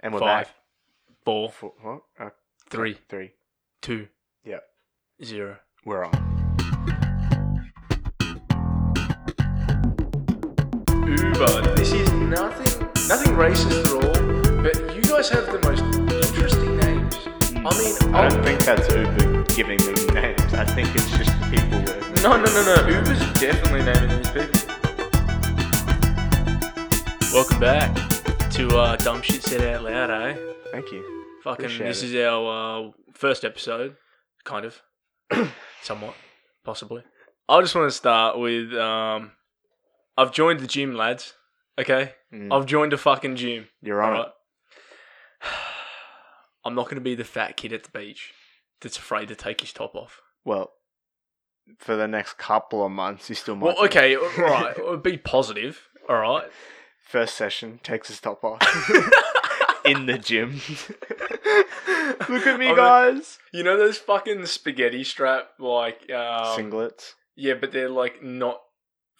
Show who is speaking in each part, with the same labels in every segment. Speaker 1: And we're
Speaker 2: Five,
Speaker 1: back.
Speaker 2: four,
Speaker 1: Four, what? Uh,
Speaker 2: three,
Speaker 1: three.
Speaker 2: two,
Speaker 1: Yeah,
Speaker 2: zero.
Speaker 1: we're on.
Speaker 2: Uber. This is nothing, nothing racist at all. But you guys have the most interesting names. I mean, oh,
Speaker 1: I
Speaker 2: I'll-
Speaker 1: don't think that's Uber giving them names. I think it's just people. That,
Speaker 2: No, no, no, no. Uber's definitely naming these people. Welcome back to uh, Dumb Shit Said Out Loud, eh?
Speaker 1: thank you.
Speaker 2: Fucking,
Speaker 1: Appreciate
Speaker 2: this
Speaker 1: it.
Speaker 2: is our uh, first episode, kind of, somewhat, possibly. I just want to start with um, I've joined the gym, lads. Okay,
Speaker 1: Mm,
Speaker 2: I've joined a fucking gym.
Speaker 1: You're on
Speaker 2: alright? I'm not going to be the fat kid at the beach that's afraid to take his top off.
Speaker 1: it. Well, for the next couple of months, you still might.
Speaker 2: Well, okay, all right. Well, be positive, all right.
Speaker 1: First session takes his top off in the gym. Look at me,
Speaker 2: I'm a-
Speaker 1: guys.
Speaker 2: you know those fucking spaghetti strap, like, um,
Speaker 1: Singlets.
Speaker 2: yeah, but they're like not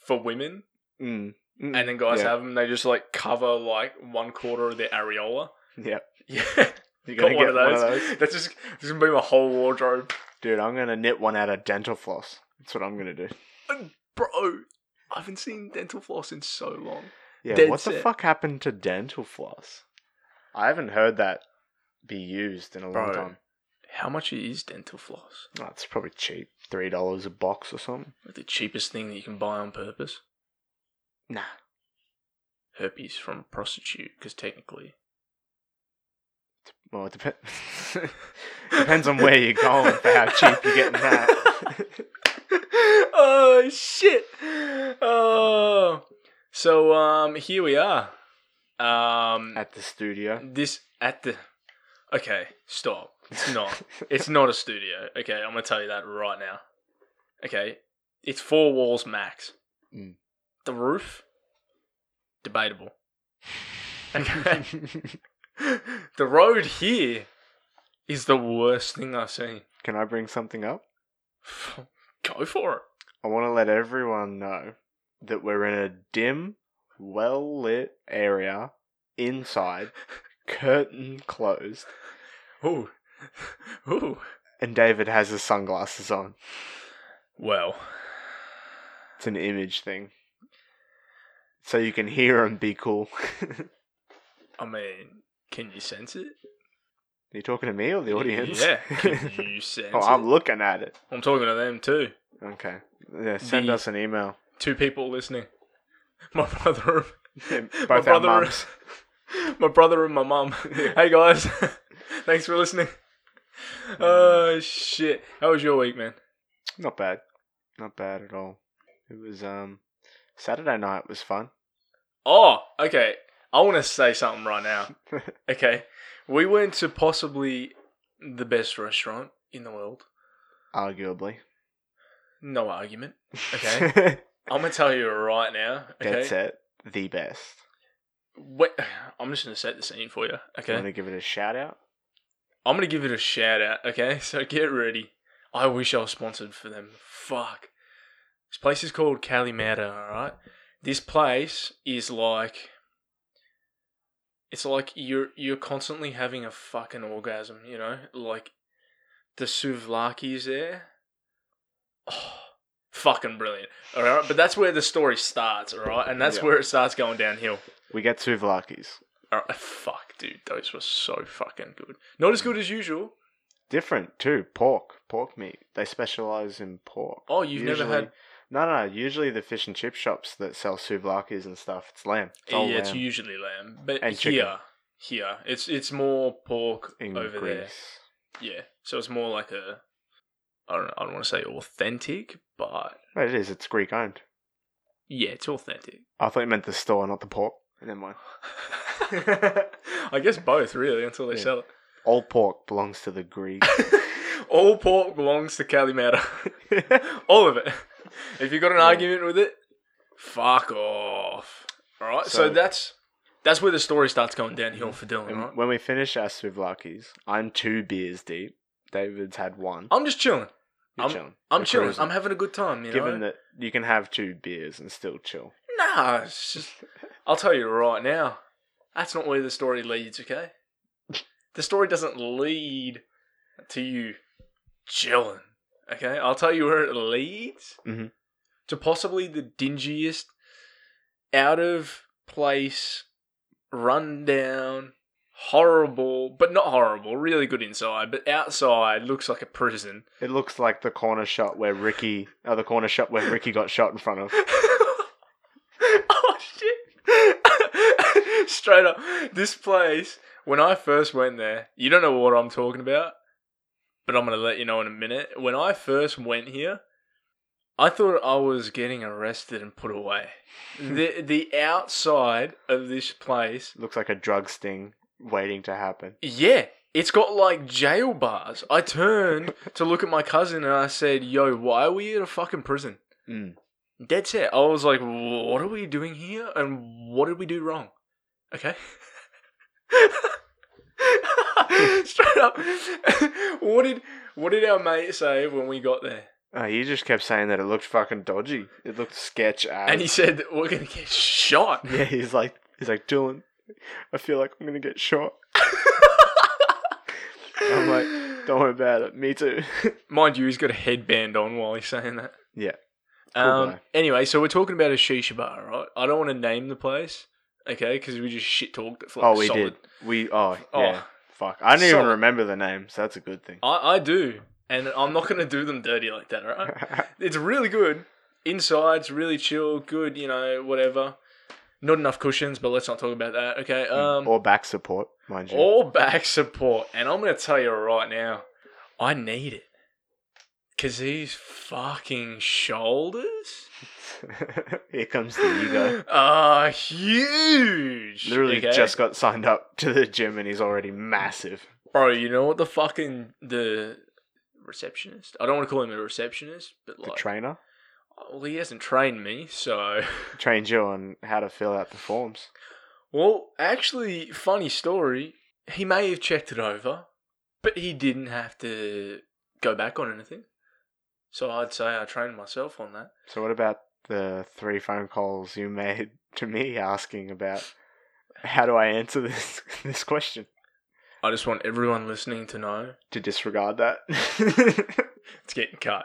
Speaker 2: for women,
Speaker 1: Mm. Mm.
Speaker 2: and then guys
Speaker 1: yeah.
Speaker 2: have them. They just like cover like one quarter of their areola.
Speaker 1: Yeah.
Speaker 2: Yeah,
Speaker 1: You're
Speaker 2: got
Speaker 1: gonna
Speaker 2: one,
Speaker 1: get
Speaker 2: of those. That's just this is gonna be my whole wardrobe,
Speaker 1: Dude, I'm gonna knit one out of dental floss. That's what I'm gonna do.
Speaker 2: bro. I haven't seen dental floss in so long.
Speaker 1: Yeah,
Speaker 2: Dead
Speaker 1: what the
Speaker 2: set.
Speaker 1: fuck happened to dental floss? I haven't heard that be used in a long
Speaker 2: Bro.
Speaker 1: time.
Speaker 2: How much is dental floss?
Speaker 1: Oh, it's probably cheap. Three dollars a box or something.
Speaker 2: Like the cheapest thing that you can buy on purpose.
Speaker 1: Nah.
Speaker 2: Herpes from a prostitute, because technically
Speaker 1: Well it depends depends on where you're going for how cheap you're getting that.
Speaker 2: oh shit! Oh, so um, here we are. Um,
Speaker 1: At the studio.
Speaker 2: this at the. Okay, stop. It's not. it's not a studio. Okay, I'm gonna tell you that right now. Okay, it's four walls max.
Speaker 1: Mm.
Speaker 2: The roof, debatable. Okay, the road here is the worst thing I've seen.
Speaker 1: Can I bring something up?
Speaker 2: Go for it.
Speaker 1: I wanna let everyone know that we're in a dim, well lit area inside, curtain closed.
Speaker 2: Ooh. Ooh.
Speaker 1: and David has his sunglasses on.
Speaker 2: Well,
Speaker 1: It's an image thing. So you can hear him be cool. Are
Speaker 2: I mean, can you sense it?
Speaker 1: you talking to me or the audience?
Speaker 2: Yeah. Can you sense
Speaker 1: oh,
Speaker 2: it?
Speaker 1: I'm looking at it.
Speaker 2: I'm talking to them too.
Speaker 1: Okay. Yeah, send
Speaker 2: The-
Speaker 1: us an email.
Speaker 2: Two people listening. My brother and my
Speaker 1: Both our
Speaker 2: brother,
Speaker 1: mums.
Speaker 2: my brother and my mum. Hey guys, thanks for listening. Oh shit! How was your week, man?
Speaker 1: Not bad. Not bad at all. It was um Saturday night was fun.
Speaker 2: Oh, okay. I want to say something right now. Okay, we went to possibly the best restaurant in the world.
Speaker 1: Arguably.
Speaker 2: No argument. Okay. I'm gonna tell you right now.
Speaker 1: Dead
Speaker 2: Okay.
Speaker 1: set. The best.
Speaker 2: Wait, I'm just gonna set the scene for you.
Speaker 1: Do You
Speaker 2: Okay.
Speaker 1: want to give it a shout out?
Speaker 2: I'm gonna give it a shout out. Okay. So get ready. I wish I was sponsored for them. Fuck. This place is called Calimata. All right. This place is like. It's like you're you're constantly having a fucking orgasm. You know, like the souvlaki's there. Oh, fucking brilliant. All right. But that's where the story starts. All right. And that's
Speaker 1: Yeah.
Speaker 2: where it starts going downhill.
Speaker 1: We get Suvlakis.
Speaker 2: All right, fuck, dude, those were so fucking good. Not as good as usual.
Speaker 1: different too. Pork, pork meat. They specialize in pork.
Speaker 2: Oh, you've never had-
Speaker 1: No, no. Usually the fish and chip shops that sell souvlaki's and stuff, it's lamb. It's all
Speaker 2: yeah, it's
Speaker 1: lamb
Speaker 2: usually lamb, but
Speaker 1: And chicken.
Speaker 2: here, here, it's it's more pork
Speaker 1: in
Speaker 2: over
Speaker 1: Greece.
Speaker 2: there. Yeah, so it's more like a, I don't, I don't want to say authentic, but
Speaker 1: No, it is. It's Greek owned.
Speaker 2: yeah, it's authentic.
Speaker 1: I thought you meant the store, not the pork. And then mind.
Speaker 2: I guess both really until they
Speaker 1: Yeah.
Speaker 2: sell
Speaker 1: All pork belongs to the Greek.
Speaker 2: it. All pork belongs to Calimata. All of it. If you got an
Speaker 1: Yeah.
Speaker 2: argument with it, fuck off. All right. So,
Speaker 1: So- Mm-hmm.
Speaker 2: that's that's where the story starts going downhill for Dylan.
Speaker 1: And
Speaker 2: Right?
Speaker 1: when we finish our souvlaki's, I'm two beers deep. David's had one.
Speaker 2: I'm just chilling.
Speaker 1: You're
Speaker 2: I'm-
Speaker 1: chilling.
Speaker 2: I'm
Speaker 1: You're
Speaker 2: chilling.
Speaker 1: cruising.
Speaker 2: I'm having a good time. You
Speaker 1: Given
Speaker 2: know.
Speaker 1: that you can have two beers and still chill.
Speaker 2: nah. It's just, I'll tell you right now. That's not where the story leads. Okay. the story doesn't lead to you gelling. Okay, I'll tell you where it leads
Speaker 1: Mhm.
Speaker 2: to possibly the dingiest, out of place, rundown, horrible, but not horrible, really good inside, but outside looks like a prison.
Speaker 1: It looks like the corner shot where Ricky, uh, the corner shop where Ricky got shot in front of.
Speaker 2: oh shit! Straight up, this place. When I first went there, you don't know what I'm talking about, but I'm gonna let you know in a minute. When I first went here, I thought I was getting arrested and put away. the The outside of this place
Speaker 1: Looks like a drug sting waiting to happen.
Speaker 2: yeah, it's got like jail bars. I turned to look at my cousin and I said, "Yo, why are we at a fucking prison?"
Speaker 1: Mm.
Speaker 2: That's it. I was like, "What are we doing here? And what did we do wrong?" Okay. Straight up, what did what did our mate say when we got there?
Speaker 1: Uh, he just kept saying that it looked fucking dodgy. It looked sketch ass.
Speaker 2: And he said, that "We're gonna get shot."
Speaker 1: yeah, he's like, he's like Dylan. I feel like I'm gonna get shot. I'm like, Don't worry about it. Me too.
Speaker 2: mind you, he's got a headband on while he's saying that.
Speaker 1: Yeah. Cool
Speaker 2: Um,
Speaker 1: guy.
Speaker 2: anyway, so we're talking about a shisha bar, right? I don't want to name the place, okay? Because we just shit talked it for like
Speaker 1: oh, we
Speaker 2: solid.
Speaker 1: did. We oh
Speaker 2: Oh,
Speaker 1: yeah. Fuck. I don't even
Speaker 2: Solid.
Speaker 1: remember the names. That's a good thing.
Speaker 2: I, I do, and I'm not going to do them dirty like that, all right? it's really good. Inside's really chill, good, you know, whatever. Not enough cushions, but let's not talk about that, okay? Um,
Speaker 1: Mm, or back support, mind you.
Speaker 2: all back support, and I'm going to tell you right now, I need it. Because these fucking shoulders...
Speaker 1: Here comes the ego.
Speaker 2: Uh, huge.
Speaker 1: Literally
Speaker 2: okay?
Speaker 1: just got signed up to the gym and he's already massive.
Speaker 2: bro. You know what the fucking the receptionist? I don't want to call him a receptionist, but
Speaker 1: The
Speaker 2: like, uh,
Speaker 1: trainer
Speaker 2: well, he hasn't trained me, so.
Speaker 1: trained you on how to fill out the forms.
Speaker 2: Well, actually, funny story. He may have checked it over, but he didn't have to go back on anything. So I'd say I trained myself on that.
Speaker 1: So what about the three phone calls you made to me asking about how do I answer this this question?
Speaker 2: I just want everyone listening to know
Speaker 1: To disregard that.
Speaker 2: it's getting cut.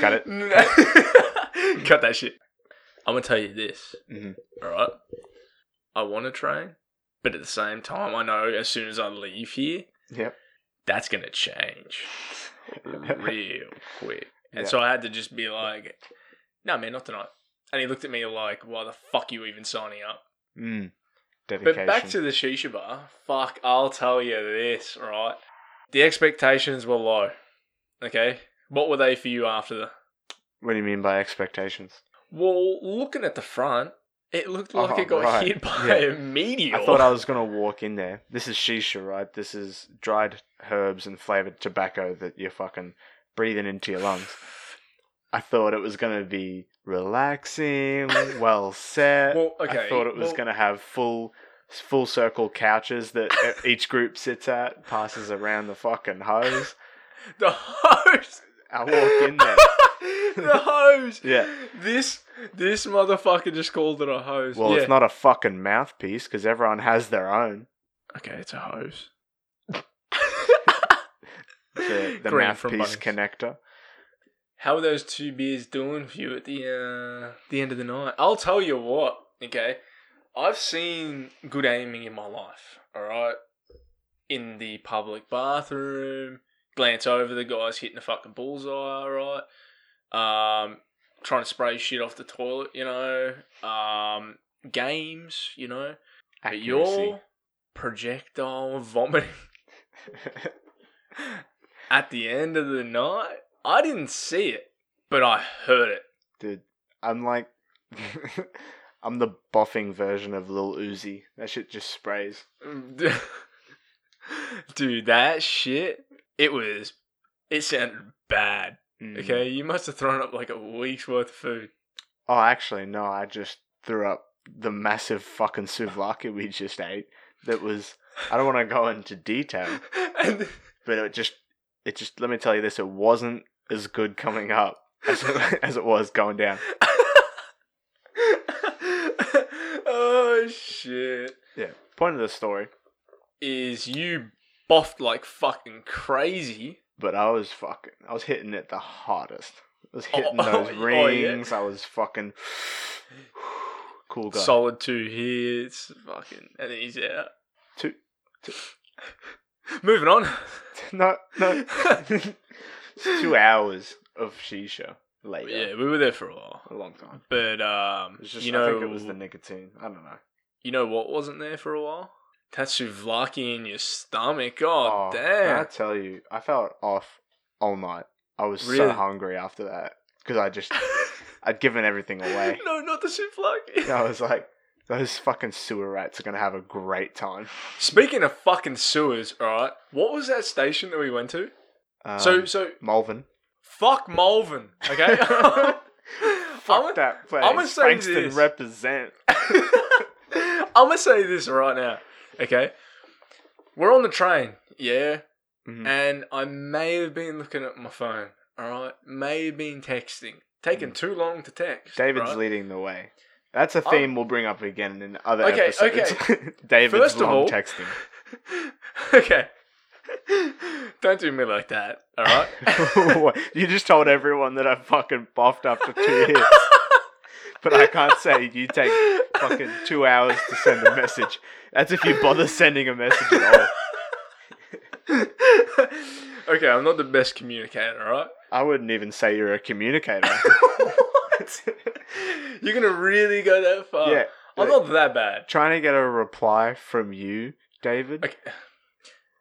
Speaker 1: Cut it.
Speaker 2: it. Cut that shit. I'm gonna tell you this.
Speaker 1: Mhm.
Speaker 2: All right. I want to train, but at the same time, I know as soon as I leave here,
Speaker 1: yep.
Speaker 2: that's gonna change real quick. And
Speaker 1: Yeah.
Speaker 2: so I had to just be like, "No, man, not tonight." And he looked at me like, "Why the fuck you even signing up?"
Speaker 1: Mm. Dedication.
Speaker 2: But back to the shisha bar. Fuck, I'll tell you this, right? The expectations were low. Okay, what were they for you after the?
Speaker 1: what do you mean by expectations?
Speaker 2: Well, looking at the front, it looked like
Speaker 1: Oh,
Speaker 2: it got
Speaker 1: right.
Speaker 2: hit by
Speaker 1: Yeah.
Speaker 2: a meteor.
Speaker 1: I thought I was gonna walk in there. This is shisha, right? This is dried herbs and flavored tobacco that you're fucking breathing into your lungs. I thought it was gonna be relaxing, well set.
Speaker 2: Well, okay.
Speaker 1: I thought it was
Speaker 2: well,
Speaker 1: gonna have full, full circle couches that e- each group sits at, passes around the fucking hose.
Speaker 2: the hose.
Speaker 1: I walk in there.
Speaker 2: the hose.
Speaker 1: Yeah.
Speaker 2: This this motherfucker just called it a hose.
Speaker 1: Well,
Speaker 2: yeah.
Speaker 1: it's not a fucking mouthpiece because everyone has their own.
Speaker 2: Okay, it's a hose.
Speaker 1: The, the
Speaker 2: Green from
Speaker 1: mouthpiece
Speaker 2: Bunnings.
Speaker 1: connector.
Speaker 2: How are those two beers doing for you at the uh, the end of the night? I'll tell you what. Okay, I've seen good aiming in my life. All right, in the public bathroom, glance over the guys hitting the fucking bullseye. All right, um, trying to spray shit off the toilet. You know, um, games. You know, but
Speaker 1: Accuracy.
Speaker 2: your projectile vomiting at the end of the night. I didn't see it, but I heard it.
Speaker 1: Dude, I'm like, I'm the buffing version of Lil Uzi. That shit just sprays.
Speaker 2: Dude, that shit, it was, it sounded bad.
Speaker 1: Mm.
Speaker 2: Okay, you must have thrown up like a week's worth of food.
Speaker 1: Oh, actually, no. I just threw up the massive fucking souvlaki we just ate. That was. I don't want to go into detail,
Speaker 2: and
Speaker 1: but it just, it just. Let me tell you this: it wasn't as good coming up as it, as it was going down.
Speaker 2: oh shit. Oh,
Speaker 1: Point of the story:
Speaker 2: is you boffed like fucking crazy.
Speaker 1: But I was fucking. I was hitting it the hardest. I was hitting
Speaker 2: Oh,
Speaker 1: those
Speaker 2: oh, yeah.
Speaker 1: rings. I was fucking. cool guy.
Speaker 2: Solid two hits, fucking, and then he's out.
Speaker 1: Two-
Speaker 2: Moving on.
Speaker 1: no, no. It's two hours of shisha later.
Speaker 2: yeah, we were there for a while,
Speaker 1: A long time.
Speaker 2: but um,
Speaker 1: It was just,
Speaker 2: you know,
Speaker 1: I think it was the nicotine. I don't know.
Speaker 2: you know what wasn't there for a while? Tatsuvlaki in your stomach. Oh,
Speaker 1: can
Speaker 2: damn!
Speaker 1: I tell you, I felt off all night. I was so
Speaker 2: Really?
Speaker 1: hungry after that because I just I'd given everything away.
Speaker 2: no, not the souvlaki.
Speaker 1: I was like, those fucking sewer rats are gonna have a great time.
Speaker 2: Speaking of fucking sewers, all right. What was that station that we went to?
Speaker 1: Um,
Speaker 2: so, so
Speaker 1: Malvern,
Speaker 2: fuck Malvern, okay?
Speaker 1: fuck
Speaker 2: I'm,
Speaker 1: that place.
Speaker 2: I'ma say
Speaker 1: Frankston
Speaker 2: this.
Speaker 1: represent.
Speaker 2: I'm gonna say this right now, okay? We're on the train, yeah,
Speaker 1: Mhm.
Speaker 2: and I may have been looking at my phone, all right? May have been texting, taking too long to text.
Speaker 1: Mm. David's
Speaker 2: right?
Speaker 1: leading the way. That's a
Speaker 2: I'm-
Speaker 1: theme we'll bring up again in other
Speaker 2: Oh. Okay,
Speaker 1: episodes. David's
Speaker 2: First of
Speaker 1: long
Speaker 2: all-
Speaker 1: texting.
Speaker 2: okay. Don't do me like that, all right?
Speaker 1: What? you just told everyone that I fucking boffed after two hits, but I can't say you take fucking two hours to send a message. That's if you bother sending a message at all.
Speaker 2: okay, I'm not the best communicator, all right?
Speaker 1: I wouldn't even say you're a communicator.
Speaker 2: what? You're gonna really go that far?
Speaker 1: yeah,
Speaker 2: I'm not that bad.
Speaker 1: trying to get a reply from you, David,
Speaker 2: Okay.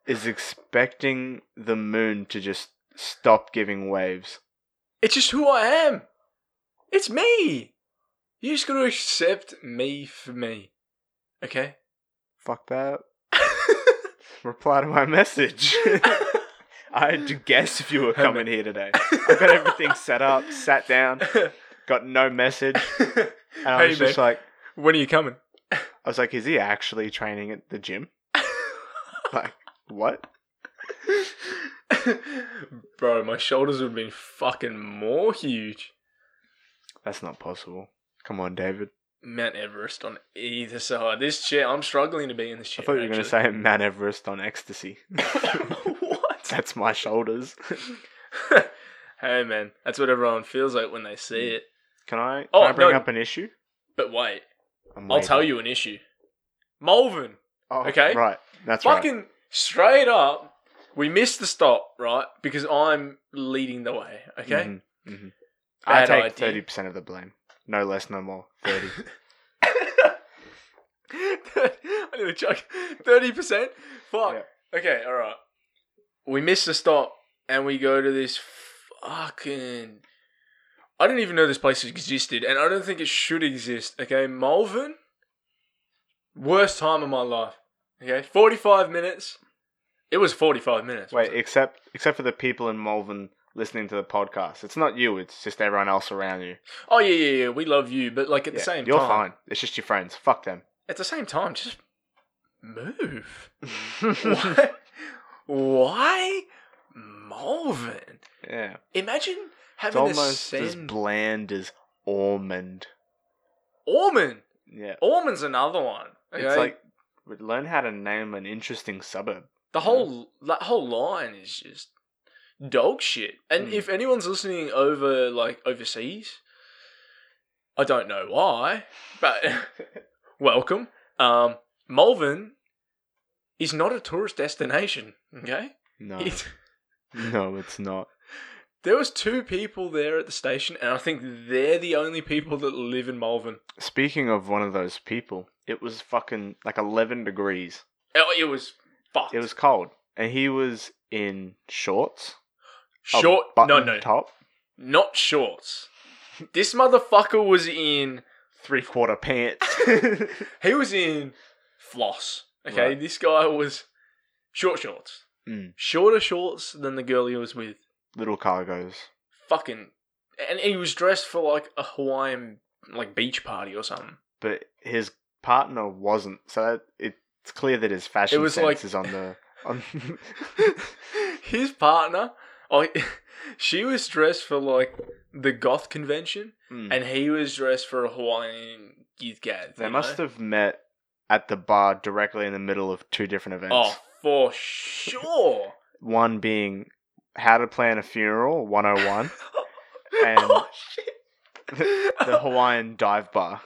Speaker 1: is expecting the moon to just stop giving waves.
Speaker 2: It's just who I am. It's me. You just gotta accept me for me. Okay?
Speaker 1: Fuck that. Reply to my message. I had to guess if you were coming here today. I got everything set up, sat down, got no message, and I
Speaker 2: Hey,
Speaker 1: was just
Speaker 2: babe.
Speaker 1: like,
Speaker 2: when are you coming?
Speaker 1: I was like, is he actually training at the gym? Like, what?
Speaker 2: Bro, my shoulders would have been fucking more huge.
Speaker 1: That's not possible. Come on, David.
Speaker 2: Mount Everest on either side. This chair, I'm struggling to be in this
Speaker 1: I
Speaker 2: chair.
Speaker 1: thought you were going to say Mount Everest on ecstasy.
Speaker 2: actually. what?
Speaker 1: That's my shoulders.
Speaker 2: hey, man, that's what everyone feels like when they see
Speaker 1: Mm.
Speaker 2: it.
Speaker 1: Can I, can
Speaker 2: Oh,
Speaker 1: I bring
Speaker 2: no.
Speaker 1: up an issue?
Speaker 2: But wait,
Speaker 1: I'm
Speaker 2: I'll
Speaker 1: waiting.
Speaker 2: tell you an issue. Malvern,
Speaker 1: Oh,
Speaker 2: okay?
Speaker 1: Right. That's right.
Speaker 2: fucking straight up, we missed the stop, right? Because I'm leading the way, okay?
Speaker 1: Mhm, mhm. I
Speaker 2: Bad
Speaker 1: take
Speaker 2: idea.
Speaker 1: thirty percent of the blame. No less, no more. Thirty.
Speaker 2: I need to chuck thirty percent. Fuck. Okay, all right. We miss the stop and we go to this fucking. I didn't even know this place existed, and I don't think it should exist. Okay, Malvern. Worst time of my life. Okay, forty-five minutes. It was forty-five minutes.
Speaker 1: Wait,
Speaker 2: wasn't it?
Speaker 1: except except for the people in Malvern listening to the podcast. It's not you. It's just everyone else around you.
Speaker 2: Oh yeah, yeah, yeah. We love you, but like at
Speaker 1: Yeah,
Speaker 2: the same
Speaker 1: you're
Speaker 2: time,
Speaker 1: fine. It's just your friends. Fuck them.
Speaker 2: At the same time, just move. Why? Why Malvern?
Speaker 1: yeah,
Speaker 2: Imagine
Speaker 1: it's
Speaker 2: having to
Speaker 1: almost as
Speaker 2: send
Speaker 1: bland as almond.
Speaker 2: Ormond.
Speaker 1: Yeah,
Speaker 2: Ormond's another one. Okay?
Speaker 1: it's like learn how to name an interesting suburb.
Speaker 2: the whole that whole line is just dog shit. And
Speaker 1: Mm.
Speaker 2: if anyone's listening over like overseas, I don't know why, but welcome. Um, Malvern is not a tourist destination. Okay,
Speaker 1: No,
Speaker 2: It-
Speaker 1: no, it's not.
Speaker 2: there was two people there at the station, and I think they're the only people that live in Malvern.
Speaker 1: Speaking of one of those people, it was fucking like eleven degrees.
Speaker 2: Oh, It was fucked.
Speaker 1: It was cold, and he was in shorts, a
Speaker 2: short. no,
Speaker 1: button
Speaker 2: no,
Speaker 1: top,
Speaker 2: not shorts. This motherfucker was in.
Speaker 1: three quarter pants.
Speaker 2: He was in floss. Okay,
Speaker 1: Right.
Speaker 2: this guy was short shorts,
Speaker 1: Mm.
Speaker 2: shorter shorts than the girl he was with.
Speaker 1: little cargos.
Speaker 2: Fucking, and he was dressed for like a Hawaiian like beach party or something.
Speaker 1: But his partner wasn't, so that, it's clear that his fashion
Speaker 2: was
Speaker 1: sense
Speaker 2: like-
Speaker 1: is on the. On,
Speaker 2: His partner, oh, she was dressed for like the goth convention,
Speaker 1: Mm.
Speaker 2: and he was dressed for a Hawaiian youth gath.
Speaker 1: they
Speaker 2: you
Speaker 1: must
Speaker 2: know?
Speaker 1: have met at the bar directly in the middle of two different events.
Speaker 2: Oh, for sure.
Speaker 1: One being how to plan a funeral 101 And-
Speaker 2: oh shit.
Speaker 1: the Hawaiian dive bar.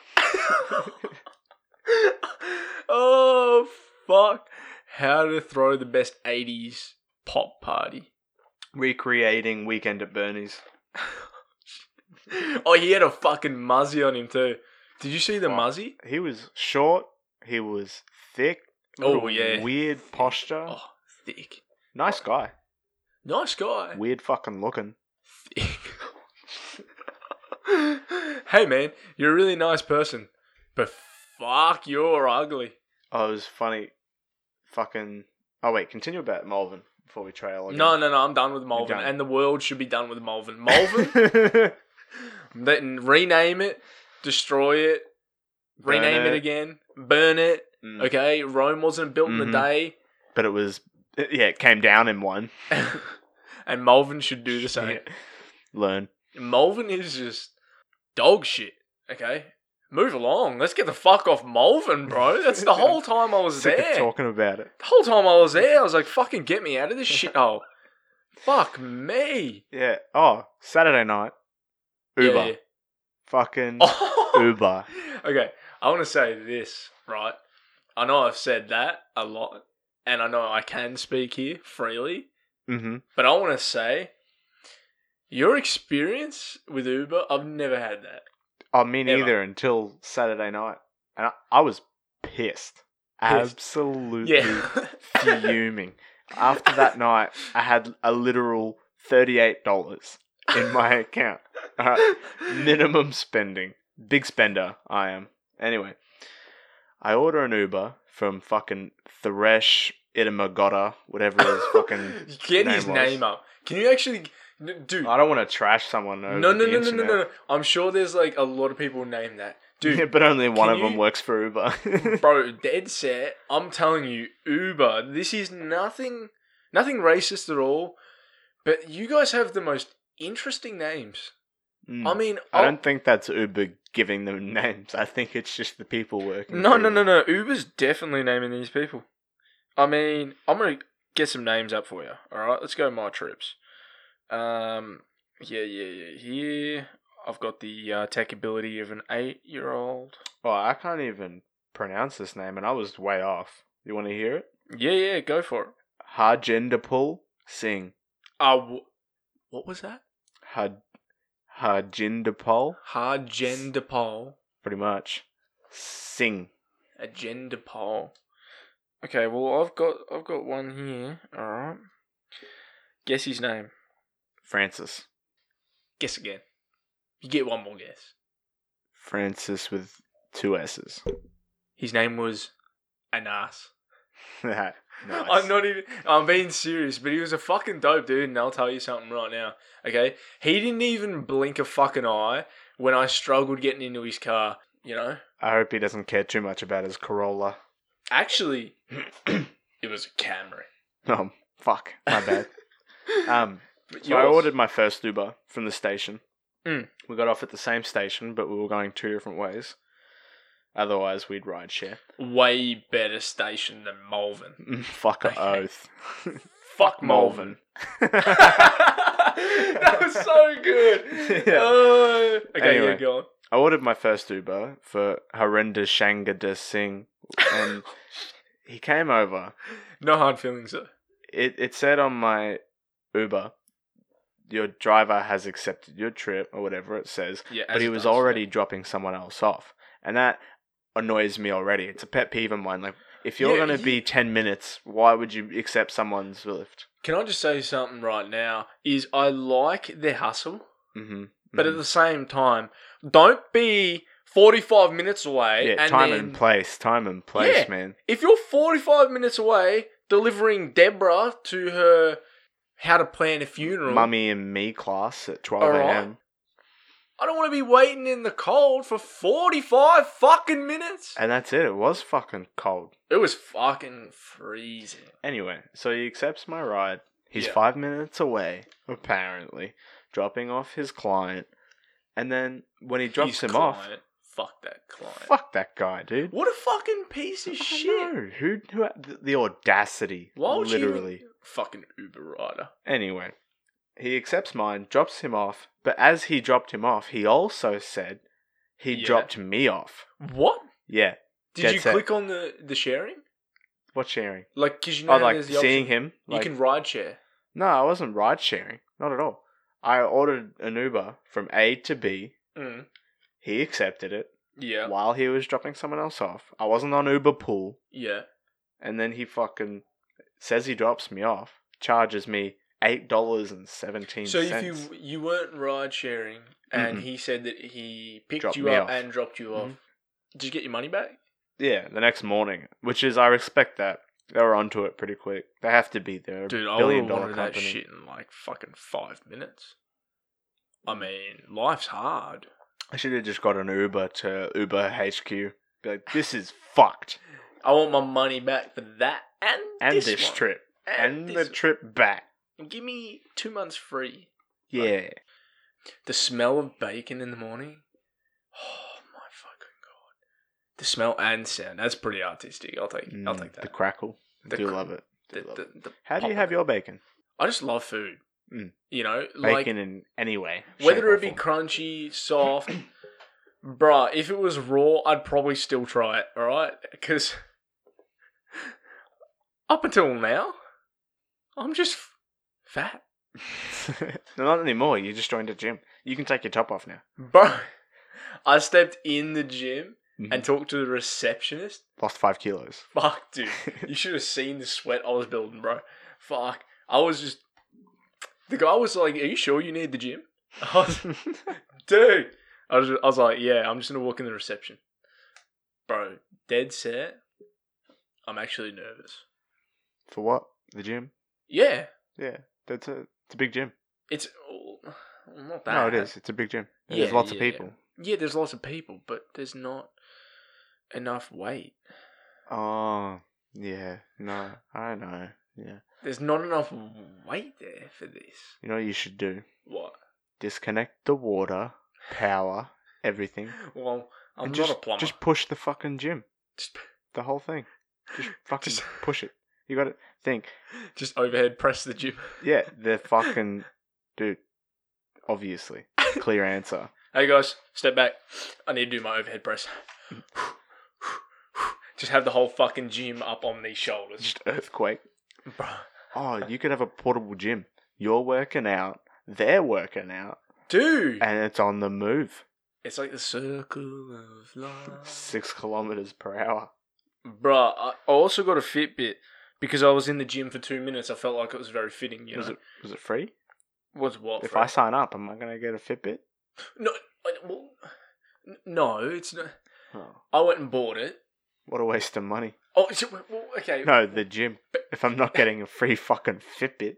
Speaker 2: oh fuck! How to throw the best '80s pop party?
Speaker 1: Recreating Weekend at Bernie's.
Speaker 2: Oh, he had a fucking muzzy on him too. Did you see the
Speaker 1: Fuck.
Speaker 2: muzzy?
Speaker 1: He was short, he was thick,
Speaker 2: Oh,
Speaker 1: little
Speaker 2: yeah.
Speaker 1: weird posture.
Speaker 2: Oh, thick.
Speaker 1: Nice guy.
Speaker 2: Nice guy.
Speaker 1: Weird fucking looking.
Speaker 2: Thick. hey man, you're a really nice person, but fuck, you're ugly.
Speaker 1: Oh, it was funny. Fucking. Oh, wait, continue about Malvin before we trail.
Speaker 2: No, no, no. I'm done with Malvin,
Speaker 1: done.
Speaker 2: and the world should be done with Malvin. Malvin,
Speaker 1: Malvin?
Speaker 2: then rename it, destroy it, rename it. again, burn it. Okay, Rome wasn't built in
Speaker 1: Mhm.
Speaker 2: the day,
Speaker 1: Mm. But it was. Yeah, it came down in one.
Speaker 2: and Malvin should do the same.
Speaker 1: Yeah. Learn.
Speaker 2: Malvin is just dog shit. Okay, move along. Let's get the fuck off Malvin, bro. That's the whole time I was
Speaker 1: Sick of
Speaker 2: there.
Speaker 1: talking about it.
Speaker 2: The whole time I was there, I was like, "Fucking get me out of this shithole." Fuck me.
Speaker 1: Yeah. Oh, Saturday night. Uber.
Speaker 2: Yeah, yeah.
Speaker 1: Fucking
Speaker 2: Oh.
Speaker 1: Uber.
Speaker 2: okay, I want to say this, right? I know I've said that a lot, and I know I can speak here freely,
Speaker 1: Mm-hmm.
Speaker 2: but I want to say your experience with Uber, I've never had that.
Speaker 1: Oh, me
Speaker 2: Ever.
Speaker 1: neither until Saturday night. And I, I was pissed. Absolutely
Speaker 2: Yeah.
Speaker 1: fuming. After that night, I had a literal $38 in my account. Alright. minimum spending. Big spender, I am. Anyway, I order an Uber from fucking Thresh Itamagota, whatever his fucking.
Speaker 2: Get his
Speaker 1: name was.
Speaker 2: name up. Can you actually, n- dude?
Speaker 1: I don't want to trash someone.
Speaker 2: No,
Speaker 1: Over
Speaker 2: no,
Speaker 1: the
Speaker 2: no, no, no,
Speaker 1: internet.
Speaker 2: no, no. I'm sure there's like a lot of people named that, dude.
Speaker 1: Yeah, but only one
Speaker 2: can
Speaker 1: of them
Speaker 2: you- Mm.
Speaker 1: works for Uber.
Speaker 2: bro dead set i'm telling you uber this is nothing nothing racist at all but you guys have the most interesting names
Speaker 1: Mm.
Speaker 2: i mean oh,
Speaker 1: I
Speaker 2: I'll-
Speaker 1: don't think that's Uber giving them names. I think it's just the people working.
Speaker 2: no
Speaker 1: for
Speaker 2: no no
Speaker 1: Uber.
Speaker 2: no uber's definitely naming these people i mean i'm gonna get some names up for you all right let's go my trips um yeah yeah yeah here i've got the uh, tech ability of an eight year old
Speaker 1: Oh, I can't even pronounce this name, and I was way off. You want to hear it?
Speaker 2: yeah yeah go for it
Speaker 1: Harjendapal Singh.
Speaker 2: uh, w- what was that
Speaker 1: Har Harjendapal.
Speaker 2: Hargender Paul.
Speaker 1: pretty much. Sing.
Speaker 2: a gender poll. Okay, well I've got I've got one here. All right. Guess his name.
Speaker 1: Francis.
Speaker 2: Guess again. You get one more guess.
Speaker 1: Francis with two S's.
Speaker 2: His name was Anas.
Speaker 1: nice.
Speaker 2: I'm not even. I'm being serious, but he was a fucking dope dude, and I'll tell you something right now. Okay, he didn't even blink a fucking eye when I struggled getting into his car. You know,
Speaker 1: I hope he doesn't care too much about his Corolla.
Speaker 2: actually, it was a Camry.
Speaker 1: Um, fuck. My bad. um,
Speaker 2: but
Speaker 1: so I
Speaker 2: yours-
Speaker 1: ordered my first Uber from the station.
Speaker 2: Mm.
Speaker 1: We got off at the same station, but we were going two different ways. Otherwise, we'd ride share.
Speaker 2: way better station than Malvern.
Speaker 1: Fuck a
Speaker 2: Okay.
Speaker 1: oath.
Speaker 2: Fuck Malvern. that was so good.
Speaker 1: Yeah.
Speaker 2: Oh. okay,
Speaker 1: Anyway.
Speaker 2: yeah, go on.
Speaker 1: I ordered my first Uber for Harinder Shanga De Singh, and he came over.
Speaker 2: No hard feelings though.
Speaker 1: It it said on my Uber, your driver has accepted your trip or whatever it says,
Speaker 2: Yeah,
Speaker 1: but
Speaker 2: as
Speaker 1: he
Speaker 2: it
Speaker 1: was
Speaker 2: does.
Speaker 1: already dropping someone else off, and that annoys me already. It's a pet peeve of mine. Like, if you're
Speaker 2: Yeah,
Speaker 1: gonna
Speaker 2: you-
Speaker 1: be ten minutes, why would you accept someone's lift?
Speaker 2: Can I just say something right now? Is I like their hustle,
Speaker 1: Mm-hmm.
Speaker 2: but at the same time, don't be forty-five minutes away.
Speaker 1: yeah,
Speaker 2: and
Speaker 1: time
Speaker 2: then,
Speaker 1: and place, time and place,
Speaker 2: Yeah.
Speaker 1: man.
Speaker 2: If you're forty-five minutes away delivering Deborah to her how to plan a funeral,
Speaker 1: Mummy and me class at twelve
Speaker 2: Alright.
Speaker 1: a.m.
Speaker 2: I don't want to be waiting in the cold for forty-five fucking minutes.
Speaker 1: And that's it. It was fucking cold.
Speaker 2: It was fucking freezing.
Speaker 1: Anyway, so he accepts my ride. He's
Speaker 2: Yeah.
Speaker 1: five minutes away, apparently, dropping off his client. And then when he drops
Speaker 2: His
Speaker 1: him off,
Speaker 2: client. fuck that client.
Speaker 1: Fuck that guy, dude.
Speaker 2: What a fucking piece of
Speaker 1: I
Speaker 2: shit.
Speaker 1: know. Who, who had the- the audacity?
Speaker 2: Why would
Speaker 1: literally.
Speaker 2: you fucking Uber rider?
Speaker 1: Anyway, he accepts mine, drops him off, but as he dropped him off, he also said he
Speaker 2: Yeah.
Speaker 1: dropped me off.
Speaker 2: What?
Speaker 1: Yeah.
Speaker 2: Did
Speaker 1: Dead
Speaker 2: you
Speaker 1: set.
Speaker 2: click on the the sharing?
Speaker 1: What sharing?
Speaker 2: Like, cause you know
Speaker 1: oh,
Speaker 2: how
Speaker 1: like
Speaker 2: there's the
Speaker 1: seeing
Speaker 2: option-
Speaker 1: him? Like,
Speaker 2: you can ride share.
Speaker 1: No, I wasn't ride sharing. Not at all. I ordered an Uber from A to B.
Speaker 2: Mm.
Speaker 1: He accepted it
Speaker 2: Yeah.
Speaker 1: while he was dropping someone else off. I wasn't on Uber pool.
Speaker 2: Yeah.
Speaker 1: And then he fucking says he drops me off, charges me $8.17.
Speaker 2: So if you you weren't ride sharing and
Speaker 1: Mm-mm.
Speaker 2: he said that he picked
Speaker 1: Dropped
Speaker 2: you
Speaker 1: me
Speaker 2: up
Speaker 1: off. Mm-hmm.
Speaker 2: and dropped you off, did you get your money back?
Speaker 1: Yeah, the next morning, which is I respect that. They were onto it pretty quick. They have to be there.
Speaker 2: Dude, I would
Speaker 1: billion
Speaker 2: have
Speaker 1: dollar
Speaker 2: wanted that shit in like fucking five minutes. I mean, life's hard.
Speaker 1: I should have just got an Uber to Uber HQ. Be like, this is fucked.
Speaker 2: I want my money back for that and
Speaker 1: And
Speaker 2: this,
Speaker 1: this,
Speaker 2: one.
Speaker 1: trip. And,
Speaker 2: this
Speaker 1: the
Speaker 2: one.
Speaker 1: trip back.
Speaker 2: give me two months free.
Speaker 1: Yeah.
Speaker 2: The smell of bacon in the morning. Oh my fucking god! The smell and sound. That's pretty artistic. I'll take. I'll
Speaker 1: Mm,
Speaker 2: take
Speaker 1: The
Speaker 2: that.
Speaker 1: crackle.
Speaker 2: The
Speaker 1: do
Speaker 2: cr-
Speaker 1: love it. Do
Speaker 2: The-
Speaker 1: love
Speaker 2: the-
Speaker 1: it.
Speaker 2: the
Speaker 1: How do you
Speaker 2: pop
Speaker 1: have
Speaker 2: in it.
Speaker 1: your bacon?
Speaker 2: I just love food.
Speaker 1: Mm.
Speaker 2: You know, like
Speaker 1: Bacon in any way. shape,
Speaker 2: whether
Speaker 1: or
Speaker 2: it be
Speaker 1: form.
Speaker 2: crunchy, soft, bruh. If it was raw, I'd probably still try it. All right, because up until now, I'm just f- fat,
Speaker 1: no, not anymore. You just joined a gym. You can take your top off now.
Speaker 2: bro. I stepped in the gym
Speaker 1: Mhm.
Speaker 2: and talked to the receptionist.
Speaker 1: Lost five kilos.
Speaker 2: Fuck, dude. You should have seen the sweat I was building, bro. Fuck. I was just. The guy was like, Are you sure you need the gym? I was, dude. I was, I was like, Yeah, I'm just going to walk in the reception. Bro, dead set. I'm actually nervous.
Speaker 1: For what? The gym?
Speaker 2: Yeah.
Speaker 1: That's a, it's a big gym.
Speaker 2: It's. oh, Not that.
Speaker 1: No, it is. It's a big gym. There's
Speaker 2: Yeah,
Speaker 1: lots of
Speaker 2: yeah, yeah.
Speaker 1: people.
Speaker 2: Yeah, there's lots of people, but there's not enough weight.
Speaker 1: Oh, yeah. No, I know. Yeah.
Speaker 2: There's not enough weight there for this.
Speaker 1: You know what you should do?
Speaker 2: What?
Speaker 1: Disconnect the water, power, everything.
Speaker 2: Well, I'm
Speaker 1: and
Speaker 2: not
Speaker 1: just,
Speaker 2: a plumber.
Speaker 1: Just push the fucking gym.
Speaker 2: Just-
Speaker 1: The whole thing. Just fucking
Speaker 2: Just-
Speaker 1: push it. You gotta think.
Speaker 2: Just overhead press the gym.
Speaker 1: Yeah, the fucking. Dude. Obviously. Clear answer.
Speaker 2: Hey guys, step back. I need to do my overhead press. Just have the whole fucking gym up on these shoulders.
Speaker 1: Just earthquake.
Speaker 2: Bro,
Speaker 1: Oh, you could have a portable gym. You're working out, they're working out,
Speaker 2: Dude!
Speaker 1: and it's on the move.
Speaker 2: It's like the circle of life.
Speaker 1: Six kilometers per hour.
Speaker 2: Bruh, I I also got a Fitbit because I was in the gym for two minutes. I felt like it was very fitting, you know?
Speaker 1: was it was it free?
Speaker 2: was what?
Speaker 1: If
Speaker 2: Fred?
Speaker 1: I sign up, am I gonna get a Fitbit?
Speaker 2: No, I, well, n- no, it's not.
Speaker 1: Oh,
Speaker 2: I went and bought it.
Speaker 1: what a waste of money.
Speaker 2: Oh, so, well, okay.
Speaker 1: No, the gym. If I'm not getting a free fucking Fitbit,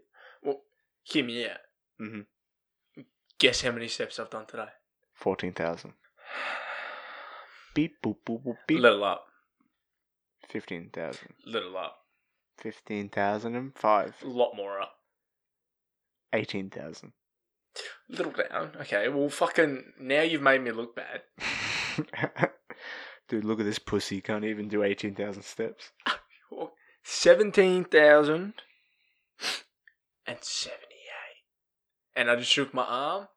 Speaker 2: Hear me out.
Speaker 1: Mhm.
Speaker 2: Guess how many steps I've done today?
Speaker 1: 14,000. Beep, boop, boop, boop, beep.
Speaker 2: Little up.
Speaker 1: 15,000.
Speaker 2: Little up.
Speaker 1: 15,005.
Speaker 2: A lot more up.
Speaker 1: 18,000.
Speaker 2: Little down. Okay, well, fucking. Now you've made me look bad.
Speaker 1: Dude, look at this pussy. Can't even do 18,000 steps.
Speaker 2: 17,000 and 78. And I just shook my arm.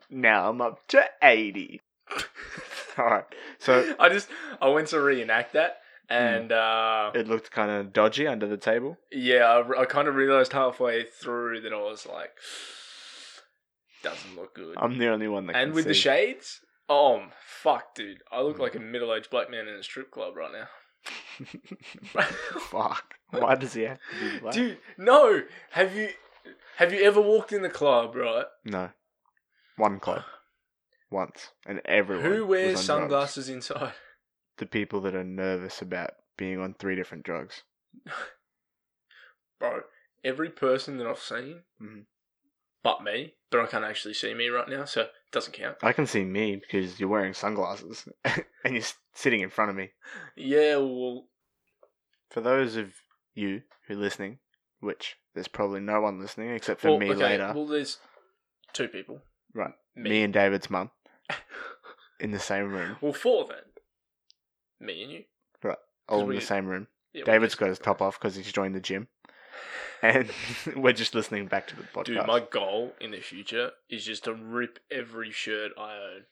Speaker 1: now I'm up to 80. Alright, so Hmm.
Speaker 2: I just. I went to reenact that. And, uh.
Speaker 1: it looked kind of dodgy under the table.
Speaker 2: Yeah, I, I kind of realized halfway through that I was like, doesn't look good.
Speaker 1: I'm the only one that
Speaker 2: and
Speaker 1: can
Speaker 2: with the
Speaker 1: see.
Speaker 2: shades, oh m- fuck, dude, I look like a middle-aged black man in a strip club right now.
Speaker 1: Fuck. Why does he have to be black?
Speaker 2: dude, no. Have you have you ever walked in the club, right?
Speaker 1: No. One club. Once. And everyone.
Speaker 2: Who wears
Speaker 1: was on drugs.
Speaker 2: sunglasses inside?
Speaker 1: The people that are nervous about being on three different drugs.
Speaker 2: Bro, every person that I've seen,
Speaker 1: Mhm.
Speaker 2: but me, but I can't actually see me right now, so it doesn't count.
Speaker 1: I can see me because you're wearing sunglasses and you're s- sitting in front of me.
Speaker 2: Yeah, well,
Speaker 1: For those of you who are listening, which there's probably no one listening except for
Speaker 2: well,
Speaker 1: me
Speaker 2: okay,
Speaker 1: later,
Speaker 2: Well, there's two people.
Speaker 1: Right.
Speaker 2: Me.
Speaker 1: me and David's mum. in the same room,
Speaker 2: Well, four then. Me and you.
Speaker 1: all in
Speaker 2: we-
Speaker 1: the same room.
Speaker 2: Yeah, we
Speaker 1: David's
Speaker 2: just-
Speaker 1: got his top off because he's joined the gym, and we're just listening back to the podcast.
Speaker 2: Dude, my goal in the future is just to rip every shirt I own.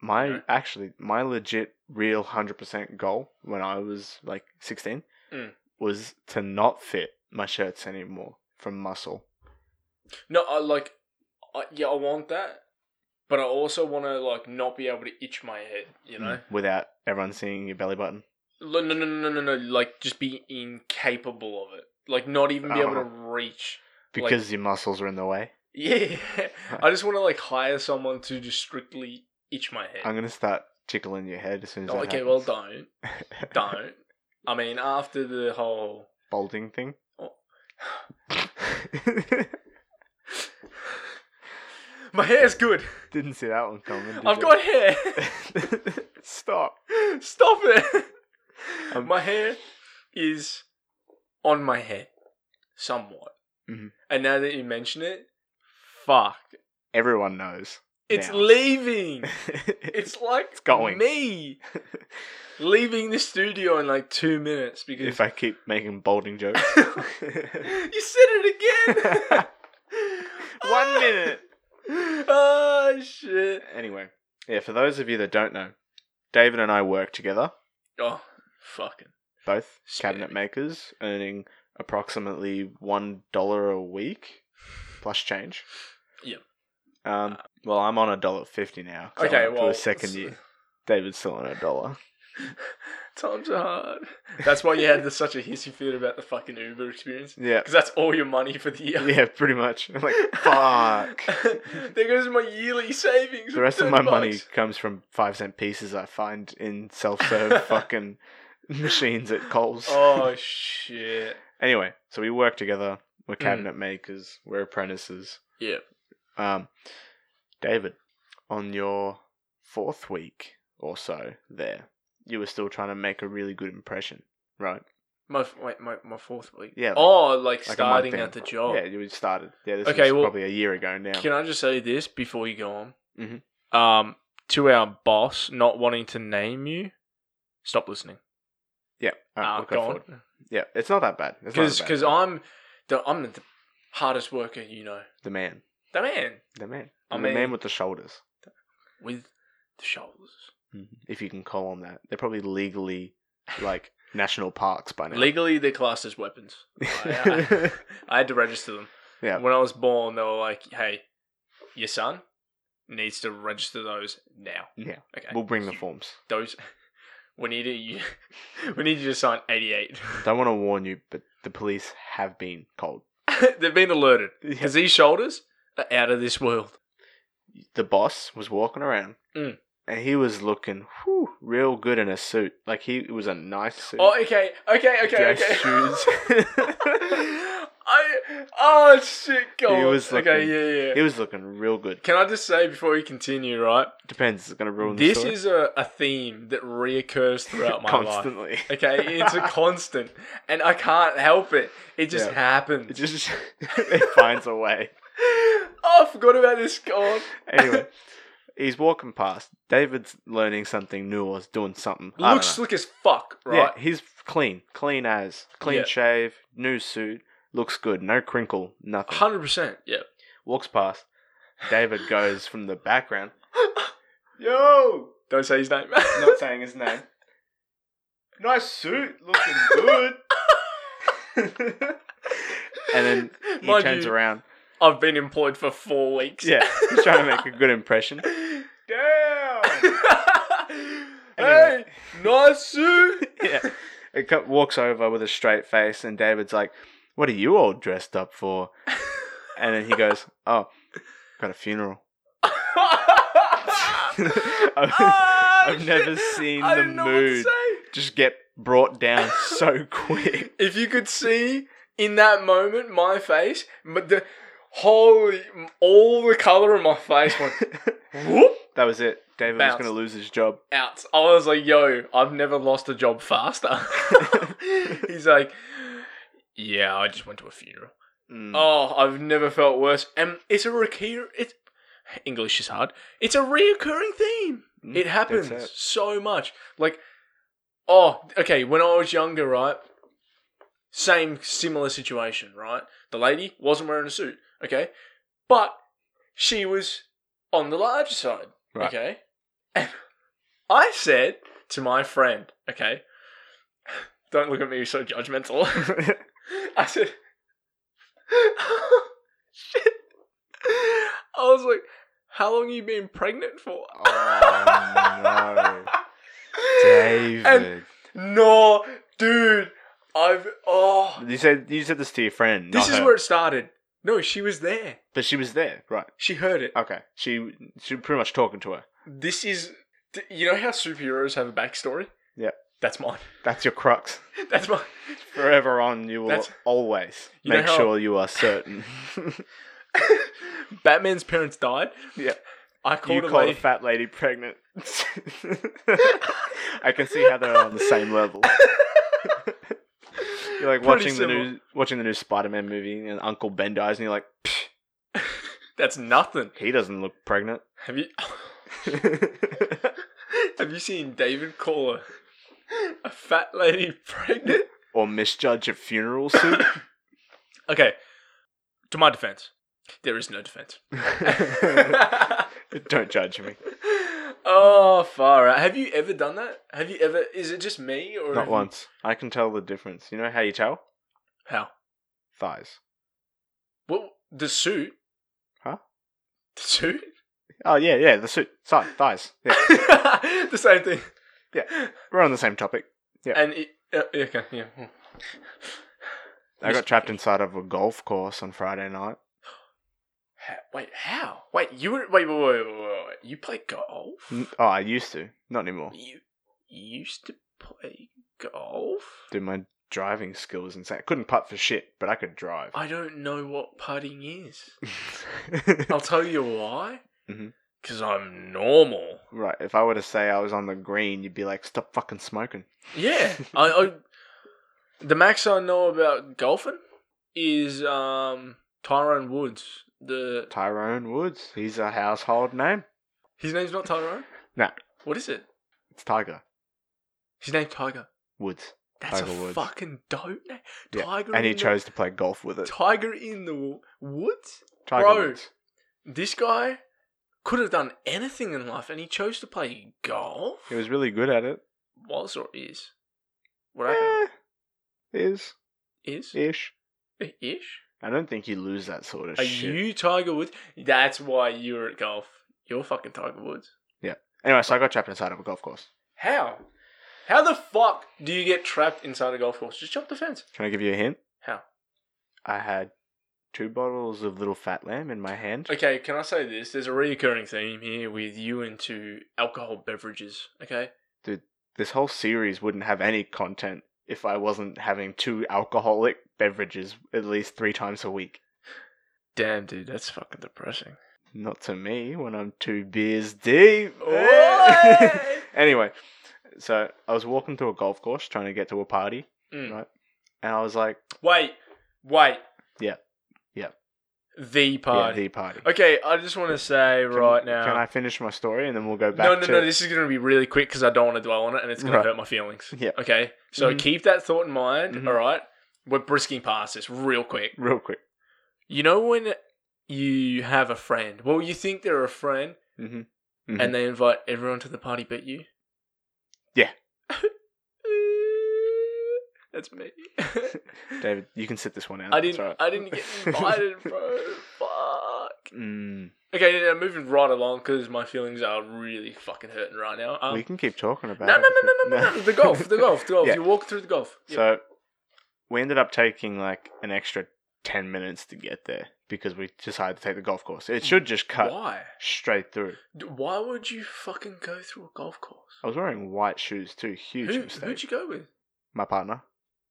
Speaker 1: My
Speaker 2: Yeah.
Speaker 1: actually, my legit, real hundred percent goal when I was like sixteen
Speaker 2: Mm.
Speaker 1: was to not fit my shirts anymore from muscle.
Speaker 2: No, I like, I, yeah, I want that, but I also want to like not be able to itch my head. You know,
Speaker 1: without everyone seeing your belly button.
Speaker 2: L- no, no, no, no, no, no, like just be incapable of it. Like not even be able to
Speaker 1: Ah.
Speaker 2: reach. Like-
Speaker 1: because your muscles are in the way.
Speaker 2: Yeah, I just want to like hire someone to just strictly itch my head.
Speaker 1: I'm gonna start tickling your head as soon as.
Speaker 2: Oh,
Speaker 1: that
Speaker 2: okay, well,
Speaker 1: happens.
Speaker 2: don't, don't. I mean, after the whole
Speaker 1: Balding thing.
Speaker 2: Oh. My hair's good.
Speaker 1: Didn't see that one coming. did
Speaker 2: I've
Speaker 1: you?
Speaker 2: got hair.
Speaker 1: Stop.
Speaker 2: Stop it.
Speaker 1: Um,
Speaker 2: my hair is on my head, somewhat.
Speaker 1: Mhm.
Speaker 2: And now that you mention it, fuck.
Speaker 1: Everyone knows.
Speaker 2: It's
Speaker 1: Now.
Speaker 2: leaving. It's like
Speaker 1: going.
Speaker 2: me leaving the studio in like two minutes because
Speaker 1: if I keep making balding jokes.
Speaker 2: you said it again.
Speaker 1: One minute.
Speaker 2: Oh shit.
Speaker 1: Anyway, yeah. For those of you that don't know, David and I work together.
Speaker 2: Oh, fucking.
Speaker 1: both
Speaker 2: Spare
Speaker 1: cabinet
Speaker 2: me.
Speaker 1: makers earning approximately one dollar a week plus change.
Speaker 2: Yep.
Speaker 1: Um, well, I'm on a dollar fifty now. 'cause I
Speaker 2: Okay,
Speaker 1: went to
Speaker 2: well,
Speaker 1: a second
Speaker 2: s-
Speaker 1: year. David's still on a dollar.
Speaker 2: Times are hard. That's why you had the, such a hissy fit about the fucking Uber experience.
Speaker 1: Yeah,
Speaker 2: Because that's all your money for the year.
Speaker 1: yeah, pretty much. I'm like, fuck.
Speaker 2: there goes my yearly savings.
Speaker 1: The rest of
Speaker 2: 10
Speaker 1: my money
Speaker 2: bucks.
Speaker 1: comes from five cent pieces I find in self serve fucking machines at Coles.
Speaker 2: Oh shit.
Speaker 1: Anyway, so we work together. We're
Speaker 2: Mm.
Speaker 1: cabinet makers. We're apprentices.
Speaker 2: Yeah.
Speaker 1: Um, David, on your fourth week or so there, you were still trying to make a really good impression, right?
Speaker 2: My f- wait, my, my fourth week.
Speaker 1: Yeah, like-
Speaker 2: oh, like,
Speaker 1: month
Speaker 2: starting
Speaker 1: in.
Speaker 2: at the job.
Speaker 1: Yeah, you had started. Yeah, this
Speaker 2: Oh. Okay,
Speaker 1: was
Speaker 2: well-
Speaker 1: probably a year ago now.
Speaker 2: Can I just say this before you go on?
Speaker 1: Mhm.
Speaker 2: Um, to our boss not wanting to name you, stop listening.
Speaker 1: yeah, all right,
Speaker 2: Uh,
Speaker 1: we'll go
Speaker 2: go
Speaker 1: forward.
Speaker 2: on.
Speaker 1: Yeah, it's not that bad. It's not that bad.
Speaker 2: Because I'm the I'm the hardest worker you know.
Speaker 1: the man,
Speaker 2: The man
Speaker 1: the man,
Speaker 2: I
Speaker 1: the man
Speaker 2: mean-
Speaker 1: with the shoulders.
Speaker 2: with the shoulders.
Speaker 1: Mm-hmm. If you can call them that, they're probably legally like national parks by now.
Speaker 2: Legally, they're classed as weapons. I, I- I had to register them.
Speaker 1: Yeah.
Speaker 2: When I was born, they were like, "Hey, your son needs to register those now."
Speaker 1: Yeah.
Speaker 2: Okay.
Speaker 1: we'll bring the forms.
Speaker 2: those. We need you. We need you to sign eighty-eight.
Speaker 1: Don't want to warn you, but the police have been called.
Speaker 2: They've been alerted because these shoulders are out of this world.
Speaker 1: the boss was walking around
Speaker 2: Mm.
Speaker 1: and he was looking whew, real good in a suit. Like he it was a nice suit.
Speaker 2: Oh, okay, okay, okay,
Speaker 1: dress
Speaker 2: okay.
Speaker 1: shoes.
Speaker 2: I oh shit, God.
Speaker 1: He was
Speaker 2: okay,
Speaker 1: looking-
Speaker 2: yeah, yeah.
Speaker 1: he was looking real good.
Speaker 2: Can I just say before we continue, right?
Speaker 1: Depends, it's gonna ruin
Speaker 2: This
Speaker 1: the story.
Speaker 2: is a, a theme that reoccurs throughout my life.
Speaker 1: constantly.
Speaker 2: Okay, it's a constant, and I can't help it. It just
Speaker 1: Yeah.
Speaker 2: happens.
Speaker 1: It just it finds a way.
Speaker 2: oh, I forgot about this. God,
Speaker 1: Anyway. He's walking past. David's learning something new or is doing something. I don't
Speaker 2: looks
Speaker 1: know.
Speaker 2: slick as fuck, right?
Speaker 1: Yeah, he's clean, clean as, clean
Speaker 2: Yeah.
Speaker 1: shave, new suit, looks good, no crinkle, nothing.
Speaker 2: Hundred percent. Yeah.
Speaker 1: Walks past. David goes from the background.
Speaker 2: Yo, don't say his name.
Speaker 1: not saying his name. Nice suit, looking good. and then he
Speaker 2: Mind
Speaker 1: turns
Speaker 2: you,
Speaker 1: around.
Speaker 2: I've been employed for four weeks.
Speaker 1: Yeah, he's trying to make a good impression. Damn.
Speaker 2: hey, nice suit.
Speaker 1: yeah, it co- walks over with a straight face, and David's like, "What are you all dressed up for?" And then he goes, "Oh, got a funeral."
Speaker 2: Ah,
Speaker 1: I've, I've never seen the mood just get brought down so quick.
Speaker 2: If you could see in that moment my face, but the holy, all the color in my face went whoop
Speaker 1: That was it. David
Speaker 2: Bounced.
Speaker 1: was going to lose his job.
Speaker 2: out. I was like, "Yo, I've never lost a job faster." He's like, "Yeah, I just went to a funeral."
Speaker 1: Mm.
Speaker 2: Oh, I've never felt worse. And it's a recur. It's English is hard. It's a reoccurring theme.
Speaker 1: Mm,
Speaker 2: It happens
Speaker 1: that's it.
Speaker 2: so much. Like, oh, okay. When I was younger, right? Same similar situation, right? The lady wasn't wearing a suit, okay, but she was on the larger side,
Speaker 1: Right.
Speaker 2: okay. And I said to my friend, okay, don't look at me so judgmental. I said, shit. I was like, how long you been pregnant for?
Speaker 1: Oh, no. David.
Speaker 2: And no, dude, I've oh.
Speaker 1: you said you said this to your friend.
Speaker 2: This
Speaker 1: not
Speaker 2: is
Speaker 1: her.
Speaker 2: where it started. No, she was there.
Speaker 1: But she was there, right?
Speaker 2: She heard it.
Speaker 1: Okay. She she was pretty much talking to her.
Speaker 2: This is. d- You know how superheroes have a backstory?
Speaker 1: Yeah.
Speaker 2: That's mine.
Speaker 1: That's your crux.
Speaker 2: That's mine.
Speaker 1: Forever on, you will
Speaker 2: That's-
Speaker 1: always
Speaker 2: You know
Speaker 1: make
Speaker 2: how-
Speaker 1: sure you are certain.
Speaker 2: Batman's parents died.
Speaker 1: Yeah.
Speaker 2: I
Speaker 1: you
Speaker 2: called a
Speaker 1: call
Speaker 2: lady.
Speaker 1: a fat lady pregnant. I can see how they're on the same level. You're like
Speaker 2: Pretty
Speaker 1: watching
Speaker 2: similar.
Speaker 1: the new watching the new Spider-Man movie, and Uncle Ben dies, and you're like, "Psh,
Speaker 2: That's nothing.
Speaker 1: he doesn't look pregnant.
Speaker 2: Have you have you seen David call a, a fat lady pregnant?
Speaker 1: or misjudge a funeral suit.
Speaker 2: Okay. To my defense, there is no defense.
Speaker 1: Don't judge me.
Speaker 2: oh, far out. Have you ever done that? Have you ever? Is it just me or have
Speaker 1: Not
Speaker 2: you-
Speaker 1: once. I can tell the difference. You know how you tell?
Speaker 2: How?
Speaker 1: Thighs.
Speaker 2: Well, the suit.
Speaker 1: Huh?
Speaker 2: The suit.
Speaker 1: Oh yeah, yeah, the suit. Thigh, thighs. Yeah.
Speaker 2: the same thing.
Speaker 1: Yeah. We're on the same topic. Yeah.
Speaker 2: And it, uh, okay, yeah.
Speaker 1: I got trapped inside of a golf course on Friday night.
Speaker 2: Ha- Wait, how? Wait, you were wait, wait, wait, wait, wait, wait. You play golf?
Speaker 1: N- Oh, I used to. Not anymore.
Speaker 2: You used to play golf?
Speaker 1: Dude, my driving skill was insane. I couldn't putt for shit, but I could drive.
Speaker 2: I don't know what putting is. I'll tell you why.
Speaker 1: Mhm.
Speaker 2: Because I'm normal.
Speaker 1: right, if I were to say I was on the green, you'd be like, stop fucking smoking.
Speaker 2: Yeah, I, I the max I know about golfing is um Tyrone Woods. The
Speaker 1: Tyrone Woods, he's a household name.
Speaker 2: his name's not Tyrone.
Speaker 1: No.
Speaker 2: What is it?
Speaker 1: It's Tiger
Speaker 2: His name's Tiger.
Speaker 1: Woods.
Speaker 2: That's
Speaker 1: Tiger
Speaker 2: a
Speaker 1: Woods.
Speaker 2: fucking dope name.
Speaker 1: Yeah,
Speaker 2: Tiger
Speaker 1: And he
Speaker 2: in the-
Speaker 1: chose to play golf with it.
Speaker 2: Tiger in the Wo- Woods.
Speaker 1: Tiger
Speaker 2: Bro.
Speaker 1: Woods.
Speaker 2: This guy could have done anything in life, and he chose to play golf.
Speaker 1: He was really good at it.
Speaker 2: was or is. What
Speaker 1: Eh,
Speaker 2: happened?
Speaker 1: is.
Speaker 2: Is Eh,
Speaker 1: Ish.
Speaker 2: ish?
Speaker 1: I don't think you lose that sort of
Speaker 2: Are
Speaker 1: shit.
Speaker 2: you Tiger Woods? That's why you're at golf. You're fucking Tiger Woods.
Speaker 1: Anyway, so I got trapped inside of a golf course.
Speaker 2: How? How the fuck do you get trapped inside a golf course? Just jump the fence.
Speaker 1: Can I give you a hint?
Speaker 2: How?
Speaker 1: I had two bottles of Little Fat Lamb in my hand.
Speaker 2: Okay, can I say this? There's a reoccurring theme here with you into alcohol beverages. Okay,
Speaker 1: This whole series wouldn't have any content if I wasn't having two alcoholic beverages at least three times a week.
Speaker 2: damn dude, that's fucking depressing.
Speaker 1: Not to me when I'm two beers deep.
Speaker 2: Oi!
Speaker 1: anyway, so I was walking through a golf course trying to get to a party,
Speaker 2: Mm.
Speaker 1: Right. and I was like,
Speaker 2: Wait, wait.
Speaker 1: Yeah. Yeah.
Speaker 2: The
Speaker 1: yeah,
Speaker 2: party.
Speaker 1: the party.
Speaker 2: Okay, I just want to say
Speaker 1: Can-
Speaker 2: right now.
Speaker 1: Can I finish my story and then we'll go back
Speaker 2: no, no,
Speaker 1: to
Speaker 2: no. This is going to be really quick because I don't want to dwell on it, and it's going
Speaker 1: Right.
Speaker 2: to hurt my feelings.
Speaker 1: Yeah.
Speaker 2: Okay. So
Speaker 1: Mhm.
Speaker 2: keep that thought in mind.
Speaker 1: Mhm.
Speaker 2: all right. We're brisking past this real quick.
Speaker 1: real quick.
Speaker 2: You know when you have a friend. Well, you think they're a friend,
Speaker 1: Mm-hmm.
Speaker 2: and they invite everyone to the party but you.
Speaker 1: Yeah.
Speaker 2: That's me.
Speaker 1: David, you can sit this one out.
Speaker 2: I
Speaker 1: it's
Speaker 2: didn't.
Speaker 1: all right.
Speaker 2: I didn't get invited, bro. Fuck.
Speaker 1: Mm,
Speaker 2: Okay, yeah, yeah, moving right along because my feelings are really fucking hurting right now. Um,
Speaker 1: we can keep talking
Speaker 2: no,
Speaker 1: about
Speaker 2: no,
Speaker 1: it.
Speaker 2: no, no, no, no, no, the golf, the golf, the golf.
Speaker 1: Yeah.
Speaker 2: You walk through the golf. Yeah.
Speaker 1: So we ended up taking like an extra 10 minutes to get there because we decided to take the golf course. It should just cut
Speaker 2: why?
Speaker 1: straight through.
Speaker 2: D- Why would you fucking go through a golf course?
Speaker 1: I was wearing white shoes too. Huge
Speaker 2: Who,
Speaker 1: mistake.
Speaker 2: who'd you go with?
Speaker 1: My partner.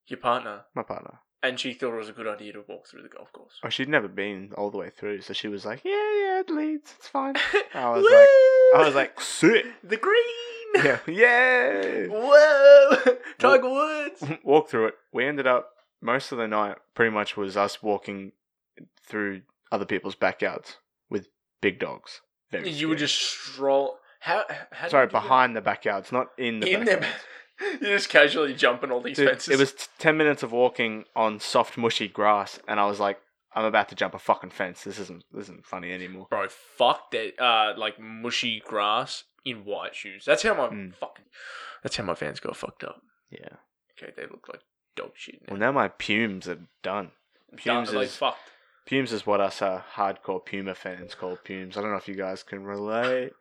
Speaker 2: Your partner.
Speaker 1: My partner.
Speaker 2: And she thought it was a good idea to walk through the golf course.
Speaker 1: Oh, she'd never been all the way through, so she was like, "Yeah, yeah, it leads. It's fine." I was
Speaker 2: Woo!
Speaker 1: I was like, "Sick,
Speaker 2: the green.
Speaker 1: yeah, yeah."
Speaker 2: Whoa, Tiger Woods.
Speaker 1: walk through it. We ended up most of the night pretty much was us walking through other people's backyards with big dogs. Very
Speaker 2: You would
Speaker 1: scary.
Speaker 2: just stroll. How? how
Speaker 1: Sorry,
Speaker 2: did you do
Speaker 1: behind the backyard. It's not in
Speaker 2: that?
Speaker 1: the
Speaker 2: in
Speaker 1: backyard.
Speaker 2: the. You're just casually jumping all these
Speaker 1: Dude,
Speaker 2: fences.
Speaker 1: it was t- 10 minutes of walking on soft, mushy grass, and I was like, I'm about to jump a fucking fence. This isn't this isn't funny anymore.
Speaker 2: bro. Fuck that. Uh, like mushy grass in white shoes. That's how my
Speaker 1: Mm.
Speaker 2: fucking. That's how my fans got fucked up.
Speaker 1: Yeah.
Speaker 2: Okay, they look like dog shit. Now.
Speaker 1: Well, now my pumes are done.
Speaker 2: Done,
Speaker 1: Pumes
Speaker 2: like
Speaker 1: is-
Speaker 2: fucked.
Speaker 1: Pumes is what us uh, hardcore Puma fans call pumes. I don't know if you guys can relate.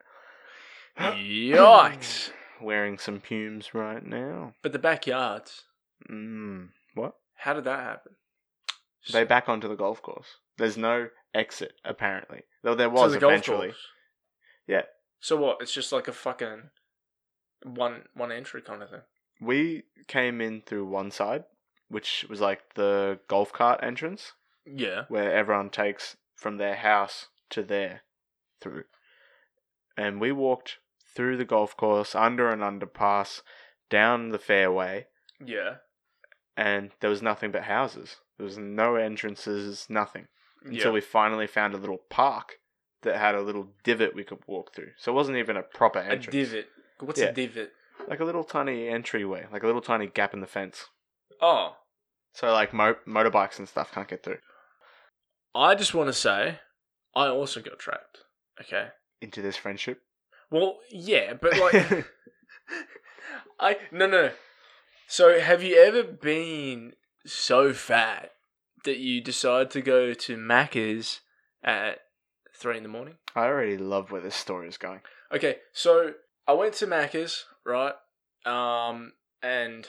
Speaker 2: Yikes!
Speaker 1: Wearing some pumes right now.
Speaker 2: but the backyards.
Speaker 1: Mm. What?
Speaker 2: How did that happen?
Speaker 1: They back onto the golf course. There's no exit, apparently. Though there
Speaker 2: To
Speaker 1: was
Speaker 2: the golf
Speaker 1: eventually.
Speaker 2: course.
Speaker 1: Yeah.
Speaker 2: So what? It's just like a fucking one one entry kind of thing.
Speaker 1: We came in through one side, which was like the golf cart entrance.
Speaker 2: Yeah.
Speaker 1: where everyone takes from their house to there through. And we walked through the golf course, under an underpass, down the fairway,
Speaker 2: Yeah.
Speaker 1: and there was nothing but houses. There was no entrances, nothing. Until
Speaker 2: yeah.
Speaker 1: we finally found a little park that had a little divot we could walk through. So it wasn't even a proper
Speaker 2: a
Speaker 1: entrance.
Speaker 2: divot. What's
Speaker 1: Yeah.
Speaker 2: a divot?
Speaker 1: Like a little tiny entryway, like a little tiny gap in the fence.
Speaker 2: Oh,
Speaker 1: So like mo- motorbikes and stuff can't get through.
Speaker 2: I just want to say, I also got trapped. Okay.
Speaker 1: Into this friendship.
Speaker 2: Well, yeah, but like, I no no. So, have you ever been so fat that you decide to go to Macca's at three in the morning?
Speaker 1: I already love where this story is going.
Speaker 2: Okay, so I went to Macca's, right? Um, and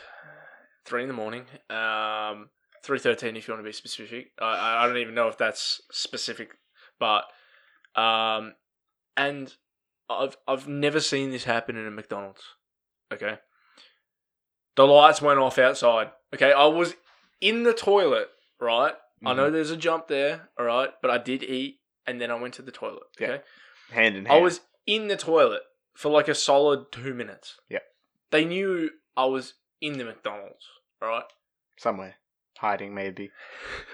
Speaker 2: three in the morning. Um, three thirteen, if you want to be specific. I- I I don't even know if that's specific, but um, and I've I've never seen this happen in a McDonald's. Okay, the lights went off outside. Okay, I was in the toilet, right? I know there's a jump there, all right, but I did eat and then I went to the toilet.
Speaker 1: Yeah.
Speaker 2: Okay.
Speaker 1: Hand in
Speaker 2: I
Speaker 1: hand.
Speaker 2: was in the toilet for like a solid two minutes.
Speaker 1: Yep.
Speaker 2: They knew I was in the McDonald's, all right?
Speaker 1: somewhere hiding maybe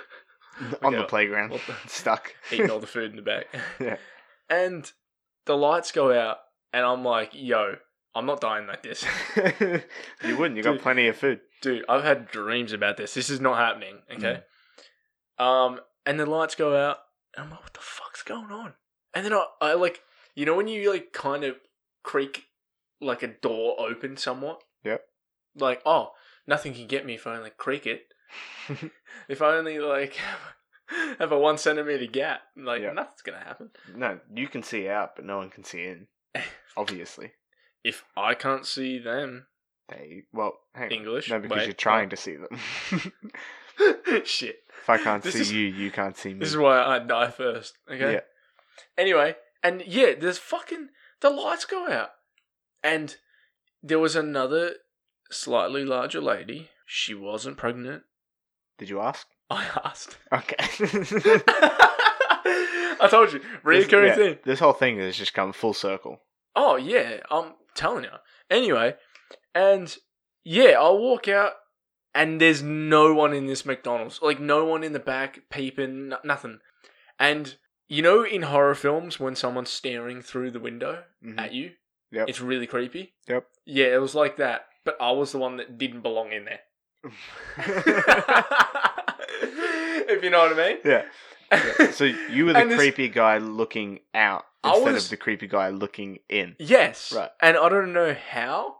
Speaker 1: on the
Speaker 2: Okay,
Speaker 1: playground
Speaker 2: what the-
Speaker 1: stuck
Speaker 2: Eating all the food in the back.
Speaker 1: Yeah.
Speaker 2: And the lights go out, and I'm like, yo, I'm not dying like this.
Speaker 1: you wouldn't you got
Speaker 2: Dude.
Speaker 1: plenty of food
Speaker 2: Dude, I've had dreams about this. This is not happening,
Speaker 1: Mm.
Speaker 2: okay? Um, and the lights go out, and I'm like, what the fuck's going on? And then I, I like, you know, when you like kind of creak like a door open somewhat.
Speaker 1: Yep.
Speaker 2: Like, oh, nothing can get me if I only creak it. if I only like have a one centimeter gap, like
Speaker 1: Yep.
Speaker 2: nothing's gonna happen.
Speaker 1: no you can see out but no one can see in obviously
Speaker 2: If I can't see them,
Speaker 1: they well hang on.
Speaker 2: English.
Speaker 1: no because
Speaker 2: wait,
Speaker 1: you're trying to see them
Speaker 2: wait. Shit.
Speaker 1: if i can't
Speaker 2: This
Speaker 1: see
Speaker 2: is-
Speaker 1: you you can't see me
Speaker 2: This is why I die first. Okay.
Speaker 1: Yeah.
Speaker 2: Anyway, and yeah, there's fucking the lights go out, and there was another slightly larger lady. She wasn't pregnant.
Speaker 1: did you ask
Speaker 2: I asked.
Speaker 1: okay
Speaker 2: I told you, reoccurring
Speaker 1: yeah,
Speaker 2: thing.
Speaker 1: this whole thing has just come full circle
Speaker 2: Oh yeah, I'm telling you. Anyway, and yeah, I'll walk out, and there's no one in this McDonald's. Like no one in the back peeping, n- nothing. And you know, in horror films, when someone's staring through the window
Speaker 1: Mhm.
Speaker 2: at you,
Speaker 1: Yep.
Speaker 2: it's really creepy.
Speaker 1: Yep.
Speaker 2: Yeah, it was like that. But I was the one that didn't belong in there. if you know what I mean.
Speaker 1: yeah Yeah, so you were the
Speaker 2: And this-
Speaker 1: creepy guy looking out
Speaker 2: I
Speaker 1: instead
Speaker 2: was-
Speaker 1: of the creepy guy looking in
Speaker 2: Yes.
Speaker 1: Right.
Speaker 2: And I don't know how.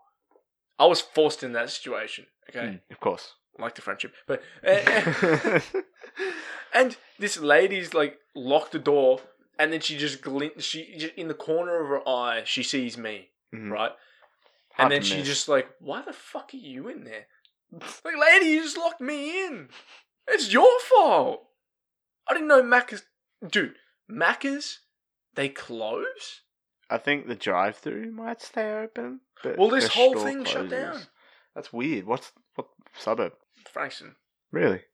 Speaker 2: I was forced in that situation. Okay.
Speaker 1: Mm, of course
Speaker 2: Like the friendship. But and this lady's like locked the door and then she just glint she just, in the corner of her eye she sees me,
Speaker 1: Mhm.
Speaker 2: right?
Speaker 1: Hard
Speaker 2: And
Speaker 1: to
Speaker 2: then she
Speaker 1: miss.
Speaker 2: just like, "Why the fuck are you in there?" Like, lady, you just locked me in. It's your fault. I didn't know Macca's. Dude, Macca's, they close.
Speaker 1: I think the drive-through might stay open. But
Speaker 2: Well, this
Speaker 1: the
Speaker 2: whole
Speaker 1: store
Speaker 2: thing shut
Speaker 1: closes.
Speaker 2: down.
Speaker 1: That's weird. What's what suburb?
Speaker 2: Frankston.
Speaker 1: Really?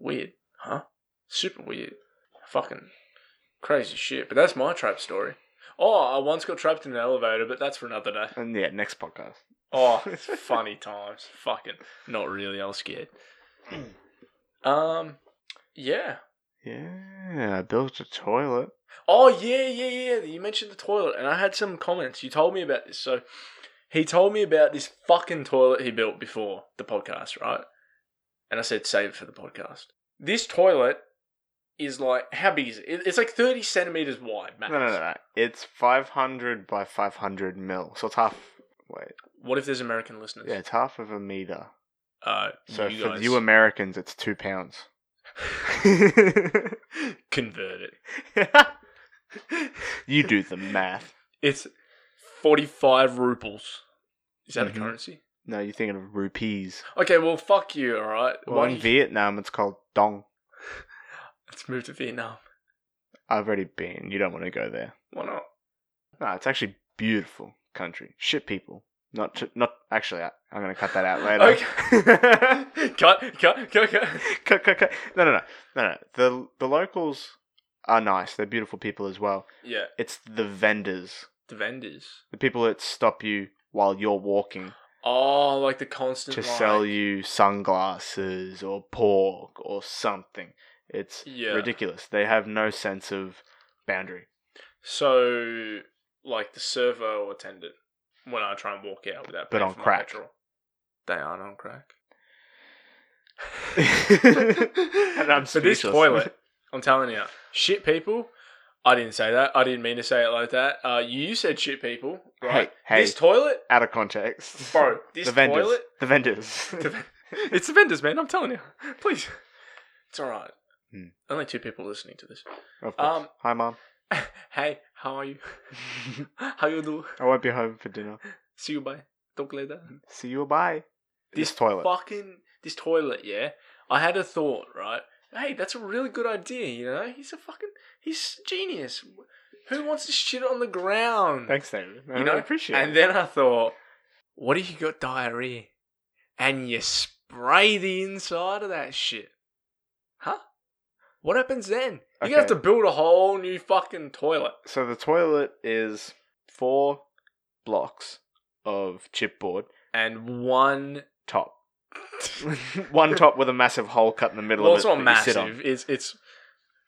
Speaker 2: Weird, huh? Super weird. Fucking crazy shit. But that's my trap story. Oh, I once got trapped in an elevator, but that's for another day.
Speaker 1: And yeah, next podcast.
Speaker 2: Oh, it's funny times. Fucking not really. I was scared. Um, yeah.
Speaker 1: Yeah, I built a toilet.
Speaker 2: Oh yeah, yeah, yeah. You mentioned the toilet, and I had some comments. You told me about this, so he told me about this fucking toilet he built before the podcast, right? And I said, save it for the podcast. This toilet is like how big is it? It- It's like thirty centimeters wide, max.
Speaker 1: No, no, no, no. It's 500 by 500 mil. So it's half. Wait.
Speaker 2: What if there's American listeners?
Speaker 1: Yeah, it's half of a meter.
Speaker 2: Uh,
Speaker 1: So
Speaker 2: you
Speaker 1: for
Speaker 2: guys
Speaker 1: you um, Americans, it's two pounds.
Speaker 2: convert it.
Speaker 1: you do the math.
Speaker 2: It's forty-five ruples. Is that
Speaker 1: Mhm.
Speaker 2: a currency?
Speaker 1: No, you're thinking of rupees.
Speaker 2: Okay, well, fuck you. All right.
Speaker 1: Well, in
Speaker 2: do you-
Speaker 1: Vietnam, it's called dong.
Speaker 2: Let's move to Vietnam.
Speaker 1: I've already been. You don't want to go there.
Speaker 2: Why not?
Speaker 1: No, it's actually beautiful country. Shit people. Not to, not actually. I, I'm gonna cut that out later.
Speaker 2: Okay. cut, cut, cut, cut.
Speaker 1: cut, cut, cut. No, no, no, no, no. The the locals are nice. They're beautiful people as well.
Speaker 2: Yeah,
Speaker 1: It's the vendors,
Speaker 2: the vendors.
Speaker 1: the people that stop you while you're walking
Speaker 2: Oh, like the constant
Speaker 1: to
Speaker 2: like-
Speaker 1: sell you sunglasses or pork or something. It's
Speaker 2: Yeah.
Speaker 1: ridiculous. They have no sense of boundary.
Speaker 2: So, like the servo or attendant when I try and walk out without.
Speaker 1: But
Speaker 2: paying
Speaker 1: on
Speaker 2: for my
Speaker 1: crack.
Speaker 2: petrol. They aren't on crack.
Speaker 1: and I'm
Speaker 2: But this
Speaker 1: speechless.
Speaker 2: toilet, I'm telling you, shit people. I didn't say that. I didn't mean to say it like that. Uh, you said shit people, right?
Speaker 1: Hey, hey.
Speaker 2: This toilet,
Speaker 1: out of context.
Speaker 2: bro. This
Speaker 1: the vendors.
Speaker 2: toilet.
Speaker 1: The vendors.
Speaker 2: The ven- it's the vendors, man. I'm telling you. Please. It's all right.
Speaker 1: Hmm.
Speaker 2: Only two people listening to this.
Speaker 1: of course.
Speaker 2: Um,
Speaker 1: Hi, mom.
Speaker 2: hey, how are you? how you do?
Speaker 1: I won't be home for dinner.
Speaker 2: See you bye. Talk later.
Speaker 1: See you. Bye. Hmm. This, toilet.
Speaker 2: Fucking this toilet, yeah. I had a thought, right? Hey, that's a really good idea, you know? He's a fucking he's genius. Who wants to shit on the ground?
Speaker 1: Thanks, David. I
Speaker 2: You know,
Speaker 1: appreciate
Speaker 2: And
Speaker 1: it.
Speaker 2: then I thought, what if you got diarrhea and you spray the inside of that shit? Huh? What happens then? You're gonna have
Speaker 1: Okay.
Speaker 2: to build a whole new fucking toilet.
Speaker 1: So the toilet is four blocks of chipboard
Speaker 2: And one
Speaker 1: top. One top with a massive hole cut in the middle
Speaker 2: Well
Speaker 1: of
Speaker 2: it's
Speaker 1: it.
Speaker 2: not
Speaker 1: that you sit on.
Speaker 2: massive. It's it's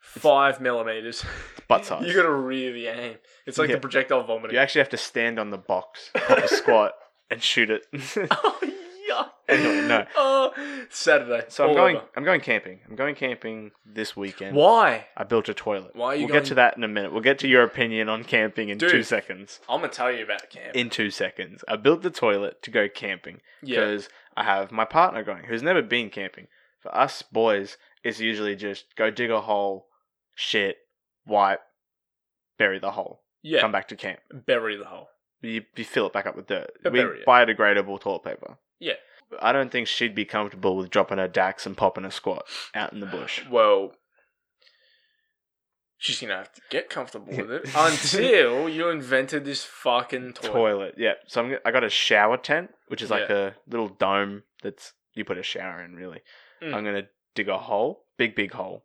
Speaker 2: five millimeters.
Speaker 1: butt size.
Speaker 2: You gotta really aim. It's like
Speaker 1: Yeah.
Speaker 2: the projectile vomiting.
Speaker 1: You actually have to stand on the box, proper squat, and shoot it.
Speaker 2: oh yuck.
Speaker 1: Anyway, no.
Speaker 2: Oh, Saturday.
Speaker 1: so I'm
Speaker 2: all
Speaker 1: going.
Speaker 2: over.
Speaker 1: I'm going camping. I'm going camping this weekend.
Speaker 2: Why?
Speaker 1: I built a toilet.
Speaker 2: Why are you
Speaker 1: we'll
Speaker 2: going-
Speaker 1: get to that in a minute. We'll get to your opinion on camping in
Speaker 2: Dude.
Speaker 1: two seconds.
Speaker 2: I'm gonna tell you about camp.
Speaker 1: In two seconds, I built the toilet to go camping
Speaker 2: yeah.
Speaker 1: because I have my partner going, who's never been camping. For us boys, it's usually just go dig a hole, shit, wipe, bury the hole,
Speaker 2: Yeah.
Speaker 1: come back to camp.
Speaker 2: Bury the hole.
Speaker 1: You, you fill it back up with dirt.
Speaker 2: But
Speaker 1: we
Speaker 2: bury it.
Speaker 1: biodegradable toilet paper.
Speaker 2: Yeah.
Speaker 1: I don't think she'd be comfortable with dropping her dax and popping a squat out in the bush.
Speaker 2: Well, she's gonna have to get comfortable with it until you invented this fucking toy.
Speaker 1: toilet. Yeah. So I'm, g- I got a shower tent, which is like
Speaker 2: Yeah.
Speaker 1: a little dome that's you put a shower in. Really,
Speaker 2: Mm.
Speaker 1: I'm gonna dig a hole, big big hole,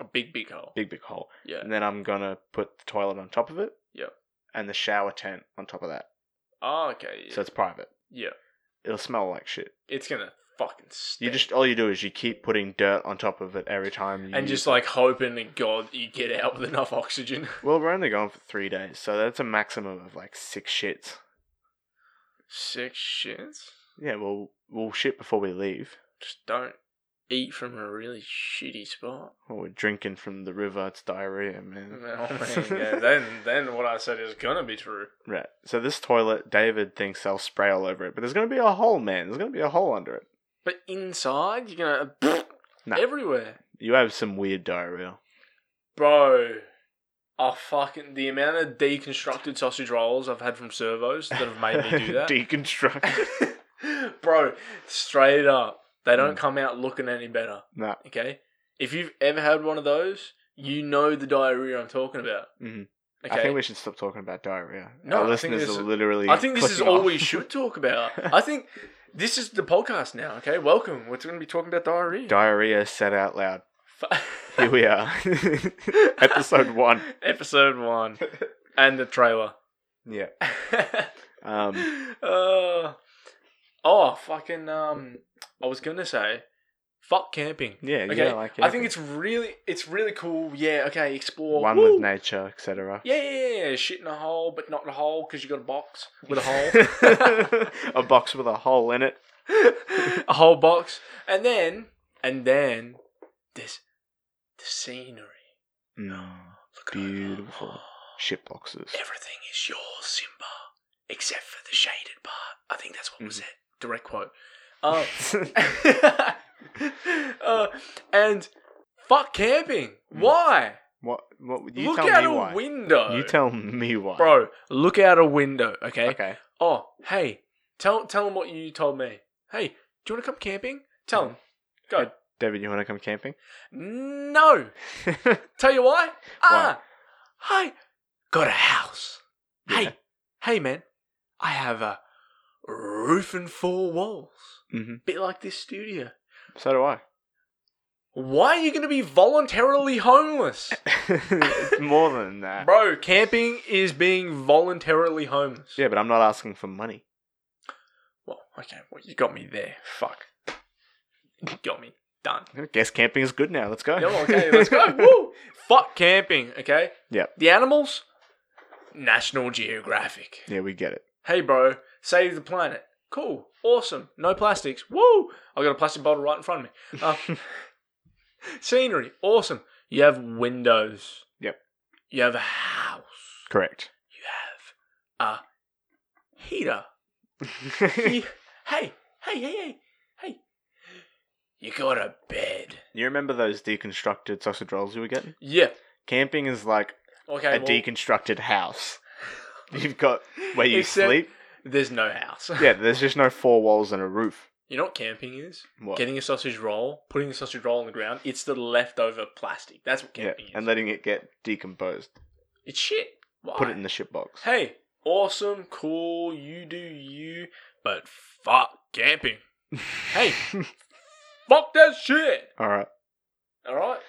Speaker 2: A big, big hole.
Speaker 1: big big hole,
Speaker 2: Yeah.
Speaker 1: and then I'm gonna put the toilet on top of it.
Speaker 2: Yep.
Speaker 1: And the shower tent on top of that,
Speaker 2: Oh, okay. Yeah.
Speaker 1: so it's private.
Speaker 2: yeah.
Speaker 1: It'll smell like shit.
Speaker 2: It's gonna fucking stink.
Speaker 1: You just all you do is you keep putting dirt on top of it every time. You
Speaker 2: and just like hoping to God you get out with enough oxygen.
Speaker 1: well, we're only going for three days, so that's a maximum of like six shits.
Speaker 2: Six shits.
Speaker 1: Yeah, well, we'll shit before we leave.
Speaker 2: Just don't eat from a really shitty spot.
Speaker 1: Or we're drinking from the river. It's diarrhea,
Speaker 2: I
Speaker 1: man.
Speaker 2: mean, yeah, then then what I said is gonna be true.
Speaker 1: Right. So this toilet, David thinks they'll spray all over it, but there's going to be a hole, man. There's going to be a hole under it.
Speaker 2: But inside you're gonna
Speaker 1: Nah.
Speaker 2: everywhere.
Speaker 1: You have some weird diarrhea.
Speaker 2: Bro, I fucking the amount of deconstructed sausage rolls I've had from servos that have made me do that.
Speaker 1: Deconstruct.
Speaker 2: Bro, straight up, they don't
Speaker 1: Mm.
Speaker 2: come out looking any better.
Speaker 1: nah.
Speaker 2: Okay, if you've ever had one of those, you know the diarrhea I'm talking about.
Speaker 1: Mhm.
Speaker 2: Okay,
Speaker 1: I think we should stop talking about diarrhea.
Speaker 2: No,
Speaker 1: Our
Speaker 2: I think
Speaker 1: listeners
Speaker 2: this-
Speaker 1: are literally.
Speaker 2: I think this is
Speaker 1: clicking
Speaker 2: all
Speaker 1: off.
Speaker 2: we should talk about. I think this is the podcast now. Okay, welcome. We're going to be talking about diarrhea.
Speaker 1: Diarrhea said out loud.
Speaker 2: Fu-
Speaker 1: Here we are. Episode one.
Speaker 2: Episode one, and the trailer.
Speaker 1: Yeah. Um.
Speaker 2: uh, oh, fucking. Um, I was gonna say Fuck camping.
Speaker 1: Yeah, you
Speaker 2: Okay,
Speaker 1: don't like
Speaker 2: I think it's really it's really cool. Yeah, okay, explore.
Speaker 1: one
Speaker 2: Woo!
Speaker 1: with nature, etc.
Speaker 2: Yeah, yeah, yeah, yeah, shit in a hole, but not in a hole because you got a box with a hole,
Speaker 1: a box with a hole in it.
Speaker 2: a whole box, and then and then there's the scenery.
Speaker 1: No,
Speaker 2: Look over.
Speaker 1: Beautiful. shit boxes.
Speaker 2: Everything is yours, Simba, except for the shaded part. I think that's what was
Speaker 1: Mhm.
Speaker 2: it. Direct quote. Um, uh, and fuck camping.
Speaker 1: Mm.
Speaker 2: Why?
Speaker 1: what? What? You
Speaker 2: look
Speaker 1: tell
Speaker 2: out
Speaker 1: me
Speaker 2: a
Speaker 1: why.
Speaker 2: window.
Speaker 1: You tell me why,
Speaker 2: Uh, Bro, look out a window, okay?
Speaker 1: Okay.
Speaker 2: Oh, hey, tell tell them what you told me. Hey, do you want to come camping? Tell them. Go.
Speaker 1: David, you want to come camping? Mm-hmm.
Speaker 2: No. Tell you why? Ah, I got a house.
Speaker 1: Yeah.
Speaker 2: Hey, hey, man, I have a roof and four walls,
Speaker 1: hmm
Speaker 2: bit like this studio.
Speaker 1: So do I.
Speaker 2: Why are you going to be voluntarily homeless?
Speaker 1: It's More than that.
Speaker 2: Bro, camping is being voluntarily homeless.
Speaker 1: Yeah, but I'm not asking for money.
Speaker 2: Well, okay, well, you got me there. Fuck. You got me. Done.
Speaker 1: I guess camping is good now. Let's go.
Speaker 2: No, okay, let's go. Woo! Fuck camping, okay?
Speaker 1: Yep.
Speaker 2: The animals? National Geographic.
Speaker 1: Yeah, we get it.
Speaker 2: Hey, bro, save the planet. Cool. Awesome. No plastics. Woo! I got a plastic bottle right in front of me. Uh, scenery. Awesome. You have windows.
Speaker 1: Yep.
Speaker 2: You have a house.
Speaker 1: Correct.
Speaker 2: You have a heater. hey, hey, hey, hey, hey. You got a bed.
Speaker 1: you remember those deconstructed sausage rolls you were getting?
Speaker 2: Yeah.
Speaker 1: Camping is like
Speaker 2: Okay.
Speaker 1: a
Speaker 2: well,
Speaker 1: deconstructed house. You've got where you
Speaker 2: Except-
Speaker 1: sleep.
Speaker 2: There's no house.
Speaker 1: Yeah, there's just no four walls and a roof.
Speaker 2: You know what camping is?
Speaker 1: What?
Speaker 2: Getting a sausage roll, putting the sausage roll on the ground. It's the leftover plastic. That's what
Speaker 1: yeah,
Speaker 2: camping is.
Speaker 1: and letting it get decomposed.
Speaker 2: it's shit. Why?
Speaker 1: Put it in the shit box.
Speaker 2: Hey, awesome, cool. You do you, but fuck camping. Hey, fuck that shit.
Speaker 1: All right.
Speaker 2: All right.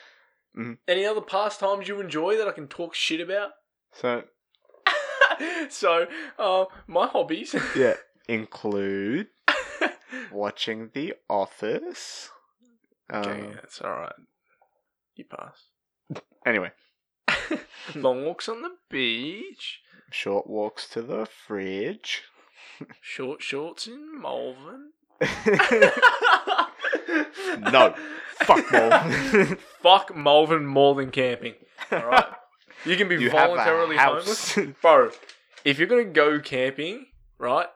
Speaker 1: Mhm.
Speaker 2: Any other pastimes you enjoy that I can talk shit about?
Speaker 1: So
Speaker 2: so, uh, my hobbies.
Speaker 1: yeah, include watching The Office. Um,
Speaker 2: okay, that's all right. You pass.
Speaker 1: Anyway,
Speaker 2: Long walks on the beach.
Speaker 1: short walks to the fridge.
Speaker 2: Short shorts in Malvern.
Speaker 1: No. Fuck Malvern.
Speaker 2: Fuck Malvern more than camping. All right. You can be
Speaker 1: you have
Speaker 2: voluntarily
Speaker 1: a house.
Speaker 2: homeless. Bro, if you're going to go camping, right?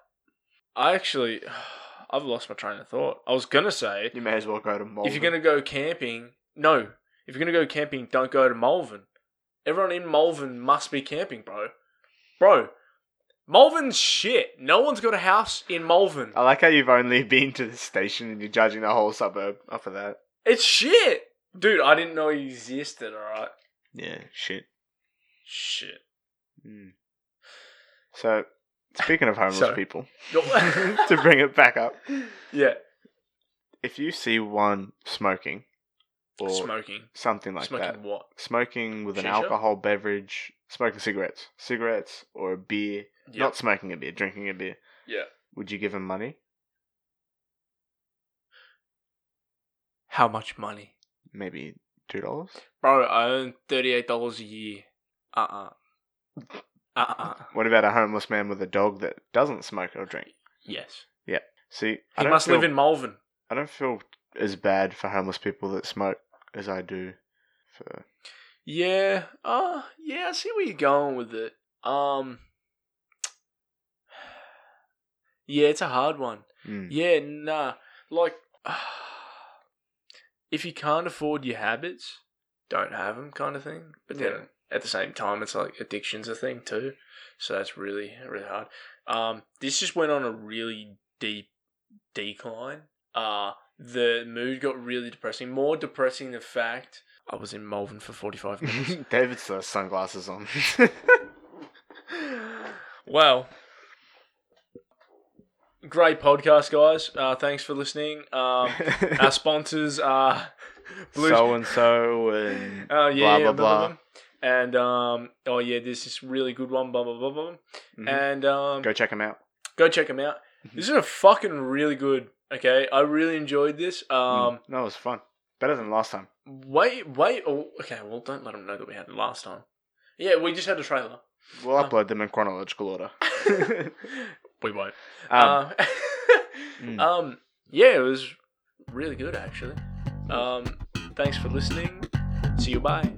Speaker 2: I actually, I've lost my train of thought. I was going to say,
Speaker 1: you may as well go to Malvern.
Speaker 2: if you're going to go camping, no. If you're going to go camping, don't go to Malvern. Everyone in Malvern must be camping, bro. Bro, Malvern's shit. No one's got a house in Malvern.
Speaker 1: I like how you've only been to the station and you're judging the whole suburb off of that.
Speaker 2: It's shit. Dude, I didn't know he existed, alright?
Speaker 1: Yeah, shit.
Speaker 2: Shit.
Speaker 1: Mm. So, speaking of homeless
Speaker 2: So-
Speaker 1: people,
Speaker 2: Yo-
Speaker 1: to bring it back up,
Speaker 2: yeah.
Speaker 1: if you see one smoking or
Speaker 2: Smoking.
Speaker 1: something like
Speaker 2: Smoking
Speaker 1: that,
Speaker 2: what?
Speaker 1: smoking with an
Speaker 2: Shisha?
Speaker 1: alcohol beverage, smoking cigarettes, cigarettes or a beer,
Speaker 2: Yeah.
Speaker 1: not smoking a beer, drinking a beer,
Speaker 2: yeah.
Speaker 1: would you give him money?
Speaker 2: How much money?
Speaker 1: Maybe two dollars.
Speaker 2: Bro, I earn $38 a year. Uh-uh. Uh-uh.
Speaker 1: What about a homeless man with a dog that doesn't smoke or drink?
Speaker 2: Yes.
Speaker 1: See, I
Speaker 2: He
Speaker 1: don't
Speaker 2: must
Speaker 1: feel,
Speaker 2: live in Malvern.
Speaker 1: I don't feel as bad for homeless people that smoke as I do for.
Speaker 2: Yeah. Uh yeah, I see where you're going with it. Um Yeah, it's a hard one.
Speaker 1: Mm.
Speaker 2: Yeah, nah. Like if you can't afford your habits, don't have them kind of thing. But then
Speaker 1: Yeah.
Speaker 2: at the same time it's like addiction's a thing too. So that's really really hard. Um this just went on a really deep decline. Uh the mood got really depressing, more depressing the fact I was in Malvern for 45 minutes.
Speaker 1: David's uh, sunglasses on.
Speaker 2: well, great podcast, guys. Uh, thanks for listening. Um, our sponsors are Blue.
Speaker 1: so and so and
Speaker 2: Oh,
Speaker 1: blah,
Speaker 2: yeah, yeah,
Speaker 1: blah, blah.
Speaker 2: And um, oh yeah, this is really good one. Blah blah blah blah. blah.
Speaker 1: Mhm.
Speaker 2: And um,
Speaker 1: go Mm-hmm. check him out.
Speaker 2: go check them out. This is a fucking really good Okay, I really enjoyed this.
Speaker 1: Mm.
Speaker 2: Um,
Speaker 1: no, it was fun. Better than last time.
Speaker 2: wait, wait. Oh, okay, well, don't let them know that we had it last time. Yeah, we just had a trailer.
Speaker 1: We'll
Speaker 2: Uh.
Speaker 1: upload them in chronological order. um,
Speaker 2: we won't. Uh,
Speaker 1: mm.
Speaker 2: um, yeah, it was really good actually. Um, thanks for listening. See you. Bye.